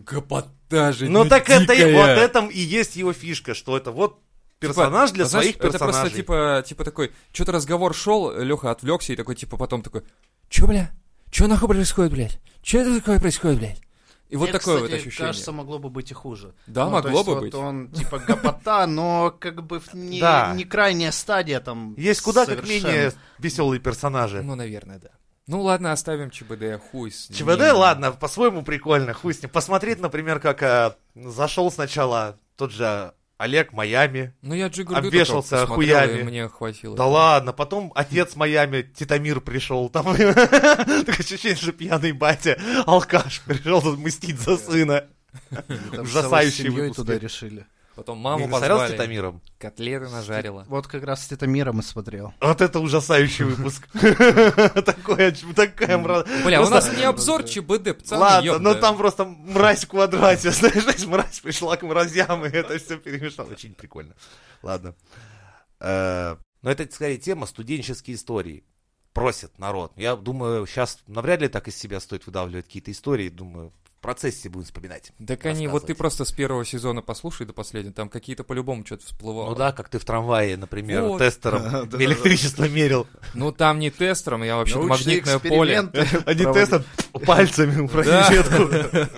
[SPEAKER 1] гопота же,
[SPEAKER 2] Ну так это и
[SPEAKER 1] дикая.
[SPEAKER 2] вот этом и есть его фишка, что это вот персонаж
[SPEAKER 1] Типа,
[SPEAKER 2] для
[SPEAKER 1] а знаешь,
[SPEAKER 2] своих
[SPEAKER 1] Это
[SPEAKER 2] персонажей.
[SPEAKER 1] просто типа, типа такой, что-то разговор шел, Леха отвлекся и такой, типа, потом такой, че, бля? Че нахуй происходит, блядь? Че это такое происходит, блядь? И вот
[SPEAKER 3] Мне,
[SPEAKER 1] такое
[SPEAKER 3] кстати,
[SPEAKER 1] вот ощущение.
[SPEAKER 3] кажется, могло бы быть и хуже.
[SPEAKER 1] Да,
[SPEAKER 3] Ну, то
[SPEAKER 1] могло
[SPEAKER 3] есть
[SPEAKER 1] бы
[SPEAKER 3] вот
[SPEAKER 1] быть.
[SPEAKER 3] он типа гопота, но как бы в- не,
[SPEAKER 2] Да.
[SPEAKER 3] не крайняя стадия там.
[SPEAKER 2] Есть куда
[SPEAKER 3] совершенно.
[SPEAKER 2] как менее веселые персонажи.
[SPEAKER 1] Ну, наверное, да. Ну ладно, оставим ЧБД, хуй с ним.
[SPEAKER 2] ЧВД, ладно, по-своему прикольно, хуй с ним. Посмотреть, например, как а, зашел сначала тот же Олег Майами.
[SPEAKER 1] Ну я Джигурду только
[SPEAKER 2] Обвешался
[SPEAKER 1] посмотрел,
[SPEAKER 2] хуями.
[SPEAKER 1] и мне хватило.
[SPEAKER 2] Да ладно, потом отец Майами, Титамир пришел, там такое ощущение, что пьяный батя, алкаш пришел тут мстить за сына.
[SPEAKER 3] Там
[SPEAKER 2] Ужасающий
[SPEAKER 3] целой семьей
[SPEAKER 2] выпуск.
[SPEAKER 3] туда решили.
[SPEAKER 1] Потом маму
[SPEAKER 2] Не посмотрел с
[SPEAKER 1] позвали,
[SPEAKER 2] Титамиром?
[SPEAKER 1] котлеты нажарила.
[SPEAKER 3] Вот как раз с Титамиром и смотрел.
[SPEAKER 2] Вот это ужасающий выпуск. Такое, такая мразь.
[SPEAKER 1] Бля, у
[SPEAKER 2] Просто-
[SPEAKER 1] нас не обзор ЧБД, пацаны,
[SPEAKER 2] Ладно,
[SPEAKER 1] ёпта.
[SPEAKER 2] но там просто мразь в квадрате, знаешь, знаешь, мразь пришла к мразям, и это все перемешало. Очень прикольно. Ладно. Э, Но это, скорее, тема студенческие истории. Просит народ. Я думаю, сейчас навряд ли так из себя стоит выдавливать какие-то истории. Думаю, в процессе будем вспоминать.
[SPEAKER 1] Так они, вот ты
[SPEAKER 2] рассказывать.
[SPEAKER 1] просто с первого сезона послушай до последнего, там какие-то по-любому что-то всплывало.
[SPEAKER 2] Ну да, как ты в трамвае, например,
[SPEAKER 1] Вот.
[SPEAKER 2] тестером электричество мерил.
[SPEAKER 1] Ну там не тестером, я вообще-то
[SPEAKER 3] Научные
[SPEAKER 1] магнитное поле.
[SPEAKER 3] эксперименты
[SPEAKER 2] Они
[SPEAKER 3] проводили.
[SPEAKER 2] тестом пальцами в розетку.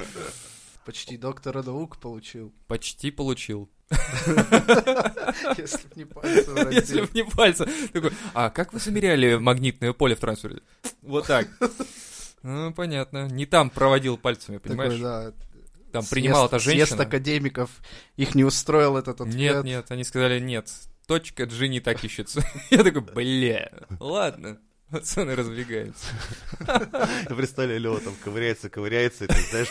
[SPEAKER 3] Почти доктора наук получил.
[SPEAKER 1] Почти получил.
[SPEAKER 3] Если б не пальцы вродили.
[SPEAKER 1] Если бы не пальцы. Такой, а как вы замеряли магнитное поле в трансфере? Вот так. Ну, понятно. Не там проводил пальцами,
[SPEAKER 3] Такой,
[SPEAKER 1] понимаешь?
[SPEAKER 3] да,
[SPEAKER 1] Там
[SPEAKER 3] съезд-
[SPEAKER 1] принимала эта
[SPEAKER 3] Съезд
[SPEAKER 1] женщина.
[SPEAKER 3] академиков, их не устроил этот ответ.
[SPEAKER 1] Нет, нет, они сказали, нет, точка G не так ищется. Я такой, бля, ладно. Пацаны разбегаются.
[SPEAKER 2] Представляю, Лева там ковыряется, ковыряется, и ты знаешь,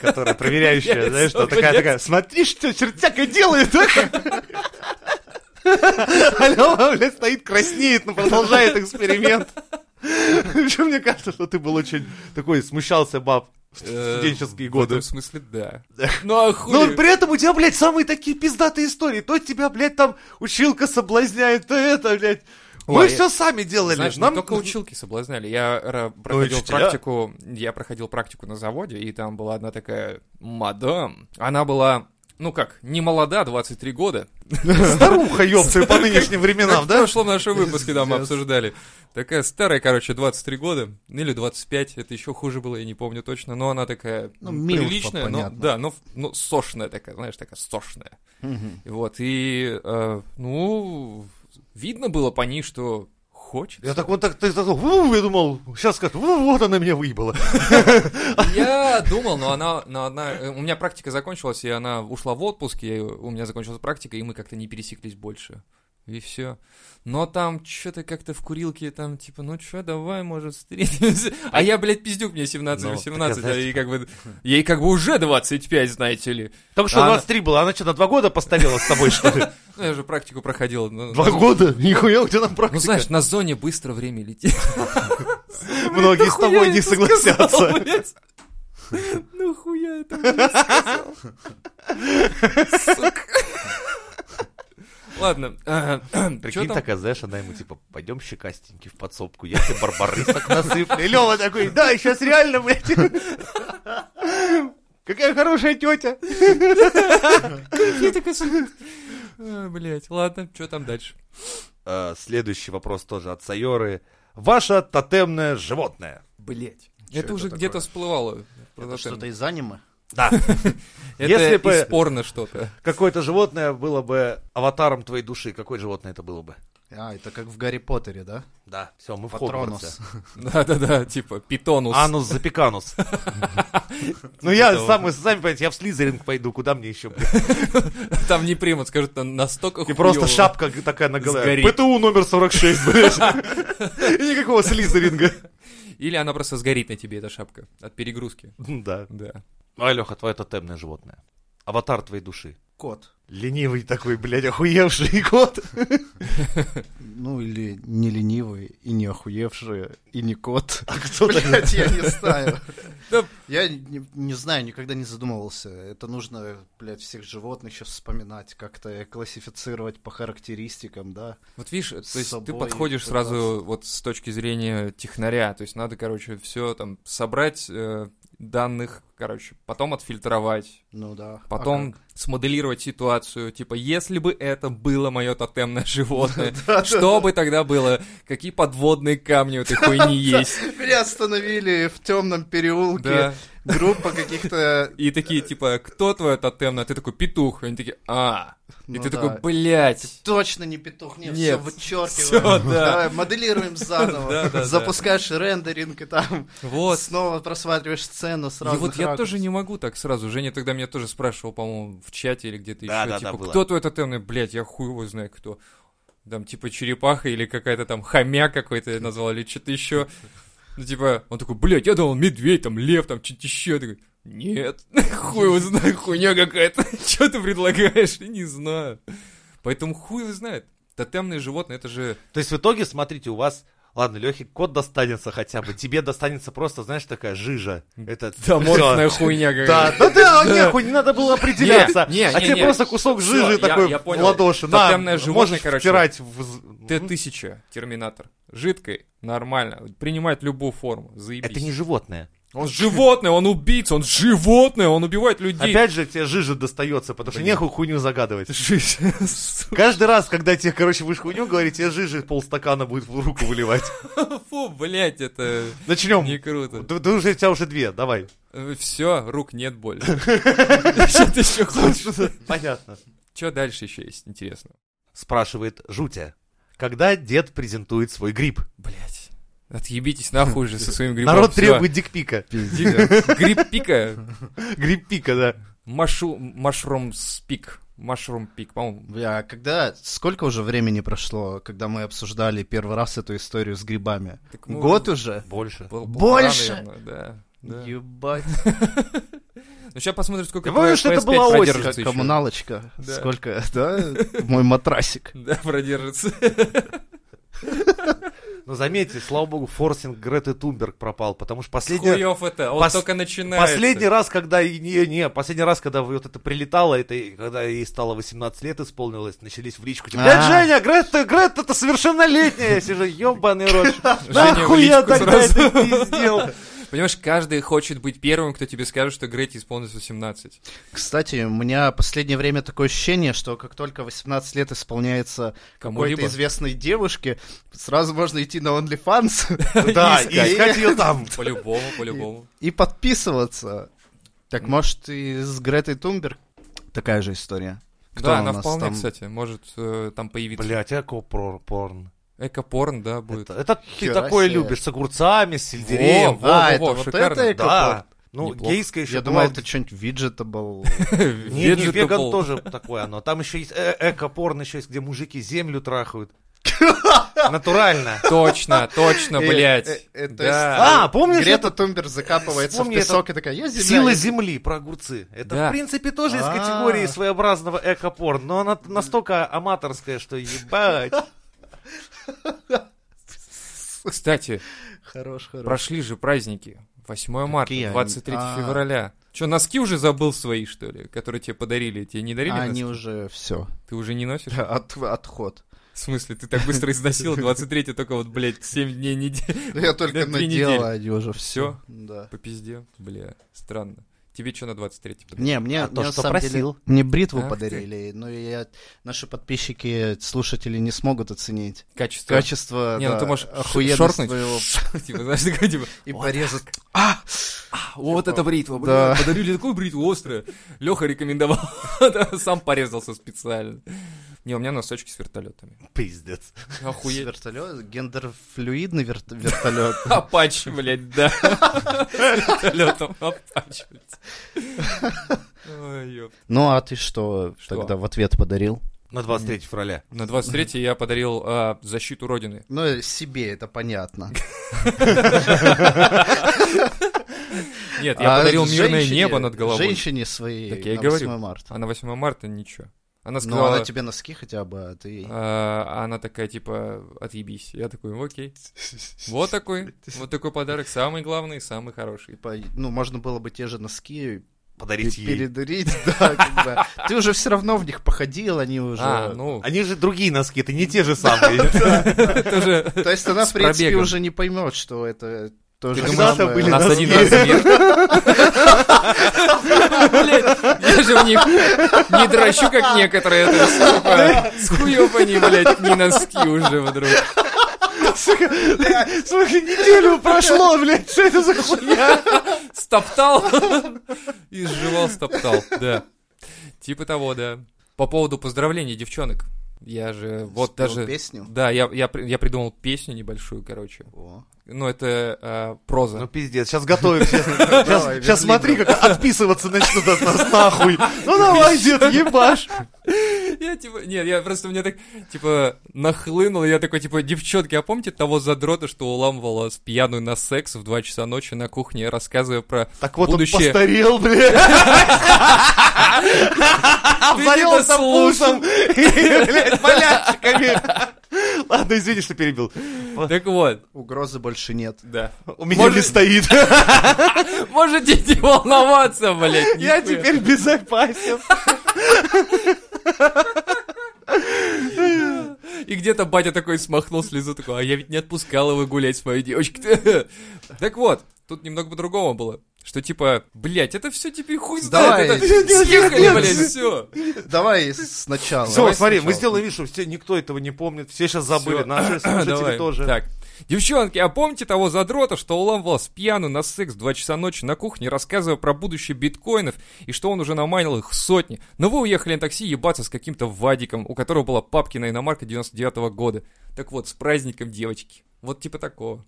[SPEAKER 2] которая проверяющая, знаешь, что
[SPEAKER 1] Ковыряется,
[SPEAKER 2] такая, такая, смотри, что чертяка делает, а? А Лева, блядь, стоит, краснеет, но продолжает эксперимент. Причем мне кажется, что ты был очень такой, смущался баб в
[SPEAKER 1] Э,
[SPEAKER 2] студенческие
[SPEAKER 1] В
[SPEAKER 2] годы.
[SPEAKER 1] этом смысле, да. Ну, а
[SPEAKER 2] Но
[SPEAKER 1] хуй.
[SPEAKER 2] при этом у тебя, блядь, самые такие пиздатые истории. То тебя, блядь, там училка соблазняет, то это, блядь. Мы
[SPEAKER 1] Ой,
[SPEAKER 2] все сами делали.
[SPEAKER 1] Знаешь,
[SPEAKER 2] Нам-
[SPEAKER 1] не только училки соблазняли. Я ра- проходил
[SPEAKER 2] учителя.
[SPEAKER 1] практику, я проходил практику на заводе, и там была одна такая мадам. Она была, ну как, не молода, 23 года.
[SPEAKER 2] Старуха, ёбцы, по нынешним временам,
[SPEAKER 1] Как
[SPEAKER 2] да?
[SPEAKER 1] В прошлом нашем выпуске там
[SPEAKER 2] Пиздец.
[SPEAKER 1] обсуждали. Такая старая, короче, 23 года, или 25, это еще хуже было, я не помню точно, но она такая
[SPEAKER 3] Ну,
[SPEAKER 1] м,
[SPEAKER 3] милфа,
[SPEAKER 1] приличная, но,
[SPEAKER 3] понятно.
[SPEAKER 1] да, но, в- но сошная такая, знаешь, такая сошная.
[SPEAKER 3] Мгм.
[SPEAKER 1] Вот, и, э, ну, видно было по ней, что хочется.
[SPEAKER 2] Я так вот так, ты так, «Ву», я думал, сейчас скажут, «Ву, вот она меня выебала.
[SPEAKER 1] Я думал, но она, но она, э, у меня практика закончилась, и она ушла в отпуск, и у меня закончилась практика, и мы как-то не пересеклись больше. И все. Но там что-то как-то в курилке, там типа, ну что, давай, может, встретимся. А я, блядь, пиздюк, мне 17
[SPEAKER 2] Ну,
[SPEAKER 1] 18, а
[SPEAKER 2] показатель.
[SPEAKER 1] ей как бы, ей как бы уже 25, знаете ли.
[SPEAKER 2] Только что
[SPEAKER 1] Она-
[SPEAKER 2] 23 было, А она что, на два года постарела с тобой, что ли?
[SPEAKER 1] Ну, я же практику проходил. ну,
[SPEAKER 2] Два
[SPEAKER 1] ну,
[SPEAKER 2] года? Нихуя у тебя там
[SPEAKER 1] Ну,
[SPEAKER 2] практика.
[SPEAKER 1] знаешь, на зоне быстро время летит.
[SPEAKER 2] Ну, Многие с тобой не согласятся.
[SPEAKER 1] Ну хуя это блядь, сказал. Сука. Ладно. а, чё
[SPEAKER 2] Прикинь,
[SPEAKER 1] там?
[SPEAKER 2] такая, знаешь, она ему типа, пойдем щекастенький в подсобку, я тебе барбарысок насыплю. И Лёва такой, да, сейчас реально, блядь. Какая хорошая тетя.
[SPEAKER 1] Я такая, сука. А, Блядь, ладно, что там дальше?
[SPEAKER 2] А, Следующий вопрос тоже от Сайоры. Ваше тотемное животное.
[SPEAKER 1] Блядь.
[SPEAKER 3] Чё
[SPEAKER 1] Это
[SPEAKER 3] это
[SPEAKER 1] уже
[SPEAKER 3] такое?
[SPEAKER 1] где-то всплывало.
[SPEAKER 3] Это что-то из аниме?
[SPEAKER 2] Да,
[SPEAKER 1] Это
[SPEAKER 2] Если бы-
[SPEAKER 1] из порно что-то.
[SPEAKER 2] какое-то животное было бы аватаром твоей души. Какое животное это было бы?
[SPEAKER 3] А, это как в Гарри Поттере, да?
[SPEAKER 2] Да, все, мы в
[SPEAKER 3] Патронус.
[SPEAKER 2] Хогвартсе.
[SPEAKER 1] Да-да-да, типа питонус.
[SPEAKER 2] Анус запеканус. Ну я
[SPEAKER 1] того.
[SPEAKER 2] сам, сами понимаете, я в Слизеринг пойду, куда мне еще?
[SPEAKER 1] Там не примут, скажут, «На- настолько
[SPEAKER 2] И просто
[SPEAKER 1] хуёво».
[SPEAKER 2] шапка такая на голове.
[SPEAKER 1] Сгорит.
[SPEAKER 2] ПТУ номер 46, блядь. И никакого Слизеринга.
[SPEAKER 1] Или она просто сгорит на тебе, эта шапка, от перегрузки.
[SPEAKER 2] Да.
[SPEAKER 1] Да.
[SPEAKER 2] А, Леха, твое тотемное животное. Аватар твоей души.
[SPEAKER 3] Кот.
[SPEAKER 2] Ленивый такой, блядь, охуевший кот.
[SPEAKER 3] Ну или не ленивый, и не охуевший, и не кот.
[SPEAKER 2] А кто тогда?
[SPEAKER 3] Блять, Ну, я не знаю.
[SPEAKER 1] Да.
[SPEAKER 3] Я не, не знаю, никогда не задумывался. Это нужно, блядь, всех животных сейчас вспоминать, как-то классифицировать по характеристикам, да?
[SPEAKER 1] Вот видишь, то есть
[SPEAKER 3] С
[SPEAKER 1] ты
[SPEAKER 3] собой
[SPEAKER 1] подходишь
[SPEAKER 3] пытаться.
[SPEAKER 1] сразу вот с точки зрения технаря, то есть надо, короче, все там собрать э, данных, короче, потом отфильтровать,
[SPEAKER 3] Ну да. А
[SPEAKER 1] потом
[SPEAKER 3] как?
[SPEAKER 1] смоделировать ситуацию, типа, если бы это было мое тотемное животное,
[SPEAKER 3] Да,
[SPEAKER 1] что бы тогда было, какие подводные камни у этой хуйни есть,
[SPEAKER 3] Меня остановили А в темном переулке.
[SPEAKER 1] да,
[SPEAKER 3] Группа каких-то...
[SPEAKER 1] и такие, типа, кто твое тотемное, А ты такой, петух, и они такие, а, и
[SPEAKER 3] Ну
[SPEAKER 1] ты
[SPEAKER 3] да.
[SPEAKER 1] такой, блять,
[SPEAKER 3] Точно не петух, нет,
[SPEAKER 1] Нет.
[SPEAKER 3] все вычеркиваем.
[SPEAKER 1] Всё, да.
[SPEAKER 3] Давай моделируем заново.
[SPEAKER 1] Да, да, да.
[SPEAKER 3] Запускаешь рендеринг и там
[SPEAKER 1] вот,
[SPEAKER 3] снова просматриваешь сцену
[SPEAKER 1] И
[SPEAKER 3] сразу.
[SPEAKER 1] вот я тоже не могу так сразу. Женя тогда меня тоже спрашивал, по-моему, в чате или где-то
[SPEAKER 2] Да,
[SPEAKER 1] еще,
[SPEAKER 2] да, да,
[SPEAKER 1] типа,
[SPEAKER 2] было.
[SPEAKER 1] кто твой тотемный? Блядь, я хуй его знаю, кто. Там, типа, черепаха или какая-то там хомяк какой-то я назвал, или что-то еще. Ну, типа, он такой, блядь, я думал, медведь, там, лев, там, что-то еще. Я такой, нет, хуй его знает, хуйня какая-то. Что ты предлагаешь? Я Не знаю. Поэтому хуй его знает. Тотемные животные, это же...
[SPEAKER 2] То есть в итоге, смотрите, у вас... Ладно, Лехе кот достанется хотя бы. Тебе достанется просто, знаешь, такая жижа. Это
[SPEAKER 1] Доморфная
[SPEAKER 2] всё.
[SPEAKER 1] хуйня
[SPEAKER 2] Да,
[SPEAKER 1] какая-то.
[SPEAKER 2] да, да, нехуй, не надо было определяться.
[SPEAKER 1] Не, не,
[SPEAKER 2] а
[SPEAKER 1] не,
[SPEAKER 2] тебе
[SPEAKER 1] не.
[SPEAKER 2] просто кусок
[SPEAKER 1] Всё,
[SPEAKER 2] жижи
[SPEAKER 1] я-
[SPEAKER 2] такой
[SPEAKER 1] я понял.
[SPEAKER 2] в ладоши. На,
[SPEAKER 1] Тотемное животное,
[SPEAKER 2] можешь
[SPEAKER 1] короче.
[SPEAKER 2] втирать в...
[SPEAKER 1] Т-1000, Терминатор. Жидкой, нормально. Принимает любую форму. Заебись.
[SPEAKER 2] Это не животное.
[SPEAKER 1] Он животное, он убийца, он животное, он убивает людей.
[SPEAKER 2] Опять же, тебе жижа достается, потому что
[SPEAKER 1] Блин.
[SPEAKER 2] нехуй хуйню загадывать.
[SPEAKER 1] Жесть, сука,
[SPEAKER 2] Каждый раз, когда тебе, короче, будешь хуйню говорить, тебе жижи полстакана будет в руку выливать.
[SPEAKER 1] Фу, блять, это
[SPEAKER 2] Начнем.
[SPEAKER 1] не круто.
[SPEAKER 2] Ты, ты уже, у тебя уже две, давай.
[SPEAKER 1] Все, рук нет больше. Что ты еще хочешь?
[SPEAKER 2] Понятно.
[SPEAKER 1] Что дальше еще есть, интересно?
[SPEAKER 2] Спрашивает Жутя. Когда дед презентует свой гриб?
[SPEAKER 1] Блять. Отъебитесь нахуй же со своим грибом.
[SPEAKER 2] Народ
[SPEAKER 1] всё.
[SPEAKER 2] требует дикпика.
[SPEAKER 1] Идите. Гриб пика.
[SPEAKER 2] Гриб пика, да.
[SPEAKER 1] Машу... Машрум спик. Машрум пик, по-моему.
[SPEAKER 3] Бля, а когда... Сколько уже времени прошло, когда мы обсуждали первый раз эту историю с грибами?
[SPEAKER 1] Так, ну,
[SPEAKER 3] Год уже?
[SPEAKER 2] Больше.
[SPEAKER 1] пол- полтора,
[SPEAKER 3] Больше?
[SPEAKER 1] наверное, Да. да.
[SPEAKER 3] Ебать.
[SPEAKER 1] Ну, сейчас посмотрим, сколько
[SPEAKER 2] Я помню, что это
[SPEAKER 1] PS5
[SPEAKER 2] была осень,
[SPEAKER 1] продержится
[SPEAKER 3] Как
[SPEAKER 1] ещё.
[SPEAKER 3] коммуналочка.
[SPEAKER 1] Да.
[SPEAKER 3] Сколько, да? Мой матрасик.
[SPEAKER 1] Да, продержится.
[SPEAKER 2] Но заметьте, слава богу, форсинг Греты Тунберг пропал, потому что последний...
[SPEAKER 1] Хуев это, он
[SPEAKER 2] пос-
[SPEAKER 1] только начинается.
[SPEAKER 2] Последний раз, когда и- не, не, последний раз, когда вот это прилетало, это и- когда ей стало 18 лет исполнилось, начались в личку. Типа,
[SPEAKER 3] А.
[SPEAKER 2] «Дядь Женя, Грета, Грета, это совершеннолетняя, я сижу, ебаный рот.
[SPEAKER 1] Женя в
[SPEAKER 2] Нахуй я
[SPEAKER 1] личку
[SPEAKER 2] тогда
[SPEAKER 1] сразу.
[SPEAKER 2] это пиздел?
[SPEAKER 1] Понимаешь, каждый хочет быть первым, кто тебе скажет, что Грете исполнилось 18.
[SPEAKER 3] Кстати, у меня последнее время такое ощущение, что как только 18 лет исполняется
[SPEAKER 1] Кому-либо.
[SPEAKER 3] какой-то известной девушке, сразу можно идти на OnlyFans
[SPEAKER 2] Да,
[SPEAKER 3] искать.
[SPEAKER 2] и искать ее там.
[SPEAKER 1] По-любому, по-любому.
[SPEAKER 3] и подписываться. Так может и с Гретой Тумберг такая же история? Кто
[SPEAKER 1] да,
[SPEAKER 3] у
[SPEAKER 1] она
[SPEAKER 3] нас
[SPEAKER 1] вполне,
[SPEAKER 3] там?
[SPEAKER 1] кстати, может э, там появиться.
[SPEAKER 2] Блять, а кого пор- порн?
[SPEAKER 1] Экопорн, да, будет.
[SPEAKER 2] Это, это ты
[SPEAKER 3] Хера
[SPEAKER 2] такое
[SPEAKER 3] себе.
[SPEAKER 2] любишь, с огурцами, с сельдереем.
[SPEAKER 1] Во,
[SPEAKER 3] а,
[SPEAKER 1] во,
[SPEAKER 3] это
[SPEAKER 1] во,
[SPEAKER 3] вот
[SPEAKER 1] шикарно.
[SPEAKER 3] это
[SPEAKER 2] Да.
[SPEAKER 3] экопорт?
[SPEAKER 2] Ну,
[SPEAKER 1] Неплохо.
[SPEAKER 2] гейское еще
[SPEAKER 3] Я
[SPEAKER 2] было.
[SPEAKER 3] думал, это что-нибудь виджетабл.
[SPEAKER 2] Не, не, веган
[SPEAKER 1] Vegetable.
[SPEAKER 2] тоже такое оно. Там еще есть э- эко-порно еще есть, где мужики землю трахают. Натурально.
[SPEAKER 1] Точно, точно,
[SPEAKER 3] Э,
[SPEAKER 2] Э,
[SPEAKER 1] блядь. Да.
[SPEAKER 2] А, помнишь
[SPEAKER 3] Грета Тумбер закапывается в
[SPEAKER 2] Вспомни этот
[SPEAKER 3] песок и такая, я земля,
[SPEAKER 2] Сила
[SPEAKER 3] я
[SPEAKER 2] земли про огурцы. Это,
[SPEAKER 1] Да.
[SPEAKER 2] в принципе, тоже из
[SPEAKER 3] А.
[SPEAKER 2] категории своеобразного эко-порн, но она настолько аматорская, что ебать.
[SPEAKER 1] Кстати,
[SPEAKER 3] Хорош, хорош.
[SPEAKER 1] прошли же праздники. 8 марта,
[SPEAKER 3] Какие они?
[SPEAKER 1] 23
[SPEAKER 3] А.
[SPEAKER 1] февраля. Че, носки уже забыл свои, что ли, которые тебе подарили? Тебе не дарили
[SPEAKER 3] А
[SPEAKER 1] носки?
[SPEAKER 3] они уже все.
[SPEAKER 1] Ты уже не носишь?
[SPEAKER 3] отход.
[SPEAKER 1] В смысле, ты так быстро износил, 23 только вот, блядь, 7 дней недели.
[SPEAKER 3] Я только
[SPEAKER 1] Две
[SPEAKER 3] надела,
[SPEAKER 1] недели.
[SPEAKER 3] они уже все.
[SPEAKER 1] Всё?
[SPEAKER 3] Да.
[SPEAKER 1] По пизде, бля, странно. Тебе что на 23
[SPEAKER 3] Не, мне,
[SPEAKER 2] А то,
[SPEAKER 3] мне на
[SPEAKER 2] что
[SPEAKER 3] самом
[SPEAKER 2] просил.
[SPEAKER 3] деле, мне бритву
[SPEAKER 1] Ах ты.
[SPEAKER 3] подарили, но я, наши подписчики, слушатели не смогут оценить
[SPEAKER 1] Качество.
[SPEAKER 3] качество
[SPEAKER 1] Не, ну
[SPEAKER 3] да,
[SPEAKER 1] ты можешь ш-
[SPEAKER 3] охуенность
[SPEAKER 1] шоркнуть.
[SPEAKER 3] своего
[SPEAKER 1] Типа, знаешь, такой, типа,
[SPEAKER 3] и порезать.
[SPEAKER 1] вот это бритва,
[SPEAKER 3] Да.
[SPEAKER 1] бля, подарили такую бритву острую. Леха рекомендовал, Да, сам порезался специально. Не, у меня носочки с вертолетами.
[SPEAKER 2] Пиздец.
[SPEAKER 1] Охуеть.
[SPEAKER 3] Вертолет, гендерфлюидный верт- вертолет.
[SPEAKER 1] Апач, блядь, да. Вертолетом Апач. Ой, ёп.
[SPEAKER 3] Ну а ты что,
[SPEAKER 1] Что?
[SPEAKER 3] тогда в ответ подарил?
[SPEAKER 2] На 23 февраля.
[SPEAKER 1] На 23 я подарил а, защиту Родины.
[SPEAKER 3] Ну, себе это понятно.
[SPEAKER 1] Нет, я
[SPEAKER 3] А
[SPEAKER 1] подарил мирное
[SPEAKER 3] женщине-
[SPEAKER 1] небо над головой.
[SPEAKER 3] Женщине своей
[SPEAKER 1] Так я и
[SPEAKER 3] на
[SPEAKER 1] говорю.
[SPEAKER 3] 8 марта.
[SPEAKER 1] А на 8 марта ничего. Она
[SPEAKER 3] Ну,
[SPEAKER 1] сказала,
[SPEAKER 3] она тебе носки хотя бы, а ты...
[SPEAKER 1] а, она такая, типа, отъебись. Я такой, «Ну, окей. Вот такой, вот такой подарок. Самый главный, самый хороший.
[SPEAKER 3] типа, ну, можно было бы те же носки
[SPEAKER 2] Подарить
[SPEAKER 3] пе-
[SPEAKER 2] ей.
[SPEAKER 3] передарить, да, как бы. Ты уже все равно в них походил, они уже...
[SPEAKER 1] А, ну,
[SPEAKER 2] Они же другие носки, это не те же самые.
[SPEAKER 1] это же...
[SPEAKER 3] То есть она,
[SPEAKER 1] ну, с
[SPEAKER 3] в принципе,
[SPEAKER 1] пробегом.
[SPEAKER 3] уже не поймет, что это тоже
[SPEAKER 2] Ты думаешь,
[SPEAKER 3] самое.
[SPEAKER 1] У
[SPEAKER 2] были
[SPEAKER 1] нас
[SPEAKER 2] носки.
[SPEAKER 1] один размер. Блядь, я же в них не дрочу, как некоторые. Это же, сука, с хуёв они, блядь, не носки уже вдруг.
[SPEAKER 2] Слушай, неделю прошло, блядь, что это за хуйня?
[SPEAKER 1] Стоптал. И сживал, стоптал, да. Типа того, да. По поводу поздравлений девчонок. Я же вот
[SPEAKER 3] Спел
[SPEAKER 1] даже...
[SPEAKER 3] песню.
[SPEAKER 1] Да, я, я, при- я придумал песню небольшую, короче.
[SPEAKER 3] О.
[SPEAKER 1] Ну, это э, проза.
[SPEAKER 2] Ну пиздец, сейчас готовим,
[SPEAKER 3] Давай,
[SPEAKER 2] сейчас
[SPEAKER 3] верни
[SPEAKER 2] смотри,
[SPEAKER 3] брат.
[SPEAKER 2] как отписываться начнут от нас нахуй. Ну давай, дед, ебаш.
[SPEAKER 1] Я типа, нет, я просто мне так, типа, нахлынул, я такой, типа, девчонки, а помните того задрота, что уламывала с пьяную на секс в 2 часа ночи на кухне, рассказывая про
[SPEAKER 2] Так вот он
[SPEAKER 1] будущее?
[SPEAKER 2] постарел, блядь. Обзавелся
[SPEAKER 1] это слушал.
[SPEAKER 2] пузом. и, Блядь, болячками. Ладно, извини, что перебил.
[SPEAKER 1] Так вот,
[SPEAKER 3] Угрозы больше нет.
[SPEAKER 1] да.
[SPEAKER 2] У меня
[SPEAKER 1] Может-
[SPEAKER 2] не стоит.
[SPEAKER 1] Можете не волноваться, блядь.
[SPEAKER 2] Я
[SPEAKER 1] нихуя.
[SPEAKER 3] типа
[SPEAKER 2] теперь безопасен.
[SPEAKER 1] И где-то батя такой смахнул слезу, такой, а я ведь не отпускал его гулять с моей девочкой. Так вот, тут немного по-другому было. Что типа, блядь, это все теперь хуй
[SPEAKER 3] Давай.
[SPEAKER 1] знает. это- Съехали, блядь, все.
[SPEAKER 3] Давай сначала.
[SPEAKER 2] Все,
[SPEAKER 1] Давай
[SPEAKER 2] смотри, мы
[SPEAKER 1] сначала.
[SPEAKER 2] сделаем вид, что все- никто этого не помнит. Все сейчас забыли,
[SPEAKER 1] Всё.
[SPEAKER 2] наши слушатели
[SPEAKER 1] Давай.
[SPEAKER 2] тоже.
[SPEAKER 1] Так. Девчонки, а помните того задрота, что уламывал с пьяну на секс в 2 часа ночи на кухне, рассказывая про будущее биткоинов и что он уже наманил их сотни? Но вы уехали на такси ебаться с каким-то Вадиком, у которого была папки на иномарка 99 года. Так вот, с праздником, девочки. Вот типа такого.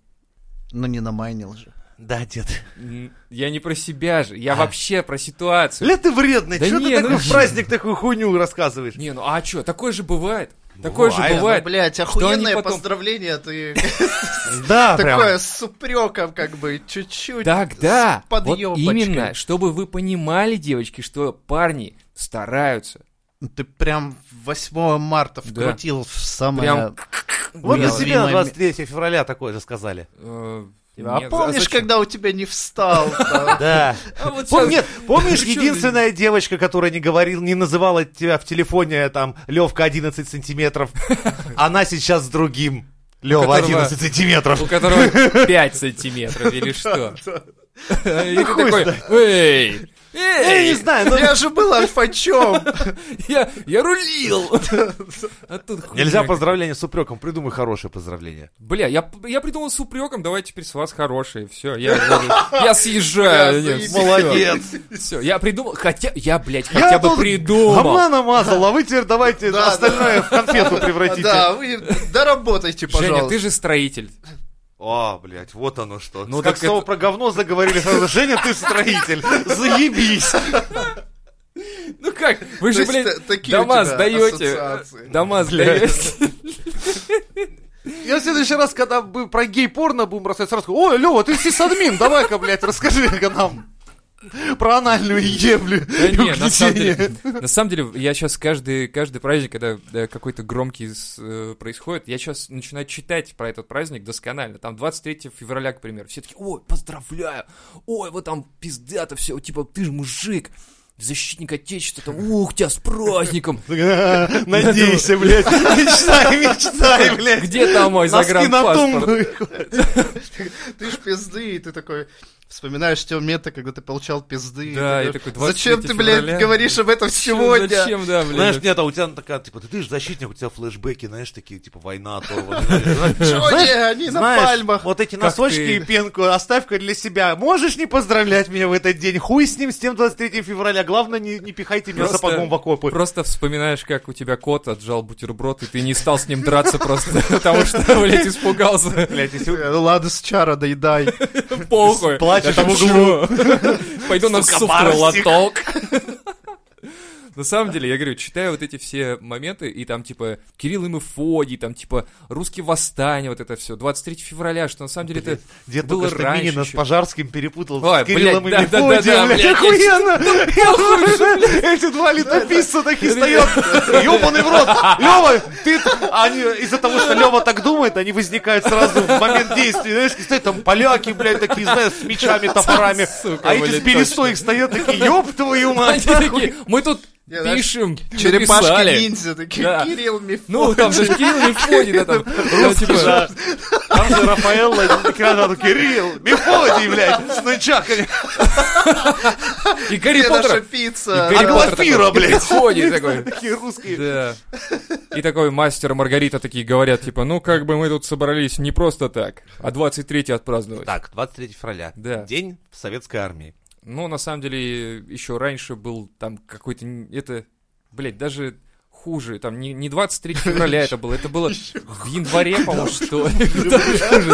[SPEAKER 3] Ну, не намайнил же.
[SPEAKER 2] Да, дед.
[SPEAKER 1] М, Я не про себя же, я вообще про ситуацию.
[SPEAKER 2] Ля ты вредный,
[SPEAKER 1] Да
[SPEAKER 2] что
[SPEAKER 1] не,
[SPEAKER 2] ты такой
[SPEAKER 1] ну-
[SPEAKER 2] в праздник такую хуйню рассказываешь?
[SPEAKER 1] Не, ну а чё, такое же бывает. Такое же
[SPEAKER 3] а
[SPEAKER 2] Бывает.
[SPEAKER 1] бывает.
[SPEAKER 3] блять,
[SPEAKER 1] они
[SPEAKER 3] ну, охуенное
[SPEAKER 1] потом- А,
[SPEAKER 3] поздравление, ты
[SPEAKER 2] Да,
[SPEAKER 3] такое с упреком, как бы, чуть-чуть.
[SPEAKER 1] Так, да,
[SPEAKER 3] с
[SPEAKER 1] вот
[SPEAKER 3] подъёбочкой.
[SPEAKER 1] именно, чтобы вы понимали, девочки, что парни стараются.
[SPEAKER 3] Ты прям 8 марта
[SPEAKER 1] Да.
[SPEAKER 3] вкрутил в самое...
[SPEAKER 1] Прям
[SPEAKER 2] Вот
[SPEAKER 3] Нет.
[SPEAKER 2] на себя на
[SPEAKER 3] Время-
[SPEAKER 2] 23 февраля такое же сказали.
[SPEAKER 1] Э,
[SPEAKER 2] А
[SPEAKER 1] нет,
[SPEAKER 3] Помнишь,
[SPEAKER 1] зачем?
[SPEAKER 3] когда у тебя не встал? да?
[SPEAKER 2] Да.
[SPEAKER 1] А вот
[SPEAKER 2] Пом-
[SPEAKER 1] щас-
[SPEAKER 2] Нет, помнишь,
[SPEAKER 1] Ну чё ты-
[SPEAKER 2] единственная девочка, которая не говорила, не называла тебя в телефоне, там, Левка 11 сантиметров, она сейчас с другим. Лева
[SPEAKER 1] которого-
[SPEAKER 2] 11 сантиметров.
[SPEAKER 1] У которого 5 сантиметров или что? И ты
[SPEAKER 2] Хуй
[SPEAKER 1] такой, эй,
[SPEAKER 2] Я
[SPEAKER 1] Эй,
[SPEAKER 2] не знаю, но
[SPEAKER 3] Я же был альфачом.
[SPEAKER 1] я, я рулил! А тут хуйня.
[SPEAKER 2] нельзя поздравления с упреком. Придумай хорошее поздравление.
[SPEAKER 1] Бля, я, я придумал с упреком, давай теперь с вас хорошие. Все, я, я, я съезжаю.
[SPEAKER 3] Я
[SPEAKER 1] Нет,
[SPEAKER 2] Молодец.
[SPEAKER 1] Все, я придумал, хотя, я, блядь, хотя бы
[SPEAKER 2] тут
[SPEAKER 1] придумал.
[SPEAKER 2] Говна намазал, а вы теперь давайте
[SPEAKER 3] Да,
[SPEAKER 2] остальное в конфету превратите.
[SPEAKER 3] Да, вы доработайте,
[SPEAKER 1] Женя, ты
[SPEAKER 3] пожалуйста.
[SPEAKER 1] же строитель.
[SPEAKER 2] О, А, блядь, вот оно что.
[SPEAKER 1] Ну,
[SPEAKER 2] как
[SPEAKER 1] так
[SPEAKER 2] снова
[SPEAKER 1] это-
[SPEAKER 2] про говно заговорили, сразу, Женя, ты строитель, заебись.
[SPEAKER 1] Ну как, вы же,
[SPEAKER 3] То есть,
[SPEAKER 1] блядь,
[SPEAKER 3] та- такие у
[SPEAKER 1] дома
[SPEAKER 3] тебя
[SPEAKER 1] сдаете.
[SPEAKER 3] ассоциации.
[SPEAKER 1] Дома
[SPEAKER 2] Блядь.
[SPEAKER 1] сдаете.
[SPEAKER 2] Я в следующий раз, когда бы про гей-порно будем рассказывать, сразу скажу, ой, Лёва, ты сисадмин, давай-ка, блядь, расскажи-ка нам про анальную еблю
[SPEAKER 1] Да
[SPEAKER 2] и
[SPEAKER 1] не, на самом
[SPEAKER 2] угнетение».
[SPEAKER 1] деле, на самом деле, я сейчас каждый, каждый праздник, когда э, какой-то громкий с- э, происходит, я сейчас начинаю читать про этот праздник досконально. Там 23 февраля, к примеру, все такие, ой, поздравляю, ой, вот там пиздато все, типа, ты же мужик, защитник отечества, там, ух, тебя с праздником,
[SPEAKER 2] А, Надейся, блядь, мечтай, мечтай, блядь.
[SPEAKER 1] где там мой
[SPEAKER 2] Носки на
[SPEAKER 1] загранпаспорт?
[SPEAKER 2] том.
[SPEAKER 3] Ты ж пизды, и ты такой... Вспоминаешь те моменты, когда ты получал пизды. и
[SPEAKER 1] Да,
[SPEAKER 3] ты
[SPEAKER 1] и
[SPEAKER 3] такой,
[SPEAKER 1] такой, 23
[SPEAKER 3] Зачем ты, блядь,
[SPEAKER 1] февраля?
[SPEAKER 3] говоришь об этом сегодня?
[SPEAKER 1] Зачем, да, блин?
[SPEAKER 2] Знаешь, нет, а у тебя такая, типа, ты же защитник, у тебя флешбеки, знаешь, такие, типа, война оторвана. Знаешь,
[SPEAKER 3] Джонни, они на
[SPEAKER 2] знаешь,
[SPEAKER 3] пальмах.
[SPEAKER 2] вот эти
[SPEAKER 1] Как
[SPEAKER 2] носочки
[SPEAKER 1] ты.
[SPEAKER 2] и пенку оставь-ка для себя. Можешь не поздравлять меня в этот день? Хуй с ним, с тем 23 февраля. Главное, не, не пихайте меня
[SPEAKER 1] Просто-
[SPEAKER 2] сапогом в окопы.
[SPEAKER 1] Просто вспоминаешь, как у тебя кот отжал бутерброд, и ты не стал с ним драться просто потому, что, блядь, испугался.
[SPEAKER 2] Блядь, если
[SPEAKER 3] Э, ну Ладно, с чара доедай.
[SPEAKER 1] Похуй.
[SPEAKER 2] Плачешь
[SPEAKER 1] Я там
[SPEAKER 2] в углу.
[SPEAKER 1] чё? Пойду на
[SPEAKER 2] Сука,
[SPEAKER 1] супный
[SPEAKER 2] Барсик.
[SPEAKER 1] лоток. На самом деле, я говорю, читаю вот эти все моменты, и там, типа, Кирилл и Мефодий, там, типа, русские восстания, вот это все, 23 февраля, что на самом деле это
[SPEAKER 2] Дед
[SPEAKER 1] было
[SPEAKER 2] только что
[SPEAKER 1] раньше
[SPEAKER 2] Минина с
[SPEAKER 1] ещё.
[SPEAKER 2] Пожарским перепутал
[SPEAKER 1] Ой,
[SPEAKER 2] с Кириллом
[SPEAKER 1] блядь,
[SPEAKER 2] и
[SPEAKER 1] да, да, да, да,
[SPEAKER 2] Мефодием. Блядь,
[SPEAKER 1] блядь,
[SPEAKER 2] охуенно! Я уже- Эти два летописца такие стоят. Ёбаный в рот! Лёва, ты... Они из-за того, что Лёва так думает, они возникают сразу в момент действия. Знаешь, стоят там поляки, блядь, такие, знаешь, с мечами, топорами.
[SPEAKER 1] Сука,
[SPEAKER 2] А эти с
[SPEAKER 1] блядь,
[SPEAKER 2] перестоек стоят такие, ёб твою
[SPEAKER 1] Они
[SPEAKER 2] мать!
[SPEAKER 1] такие, мы тут
[SPEAKER 3] Я даже-
[SPEAKER 1] пишем,
[SPEAKER 3] Черепашки
[SPEAKER 1] написали».
[SPEAKER 3] ниндзя, такие,
[SPEAKER 1] Да.
[SPEAKER 3] Кирилл Мефодий.
[SPEAKER 1] Ну, там же Кирилл и Мефодий, да, там. там, типа,
[SPEAKER 2] Да. Там же Рафаэлла, и Кирилл, ну, Кирилл, Мефодий, блядь, с нычаками.
[SPEAKER 1] И Гарри
[SPEAKER 3] Где наша
[SPEAKER 1] Поттер.
[SPEAKER 3] пицца?
[SPEAKER 1] И Гарри
[SPEAKER 3] Она-
[SPEAKER 1] Поттер
[SPEAKER 2] Аглафира,
[SPEAKER 1] такой
[SPEAKER 2] блядь.
[SPEAKER 1] Ходит такой.
[SPEAKER 2] Такие русские.
[SPEAKER 1] Да. И такой мастер и Маргарита такие говорят, типа, ну как бы мы тут собрались не просто так, а 23 отпраздновать.
[SPEAKER 2] Так, 23 февраля.
[SPEAKER 1] Да.
[SPEAKER 2] День в советской армии.
[SPEAKER 1] Ну, на самом деле, еще раньше был там какой-то, н- это, блядь, даже хуже, там не, не 23 февраля это было, это было в январе, по-моему, что ли. Даже хуже,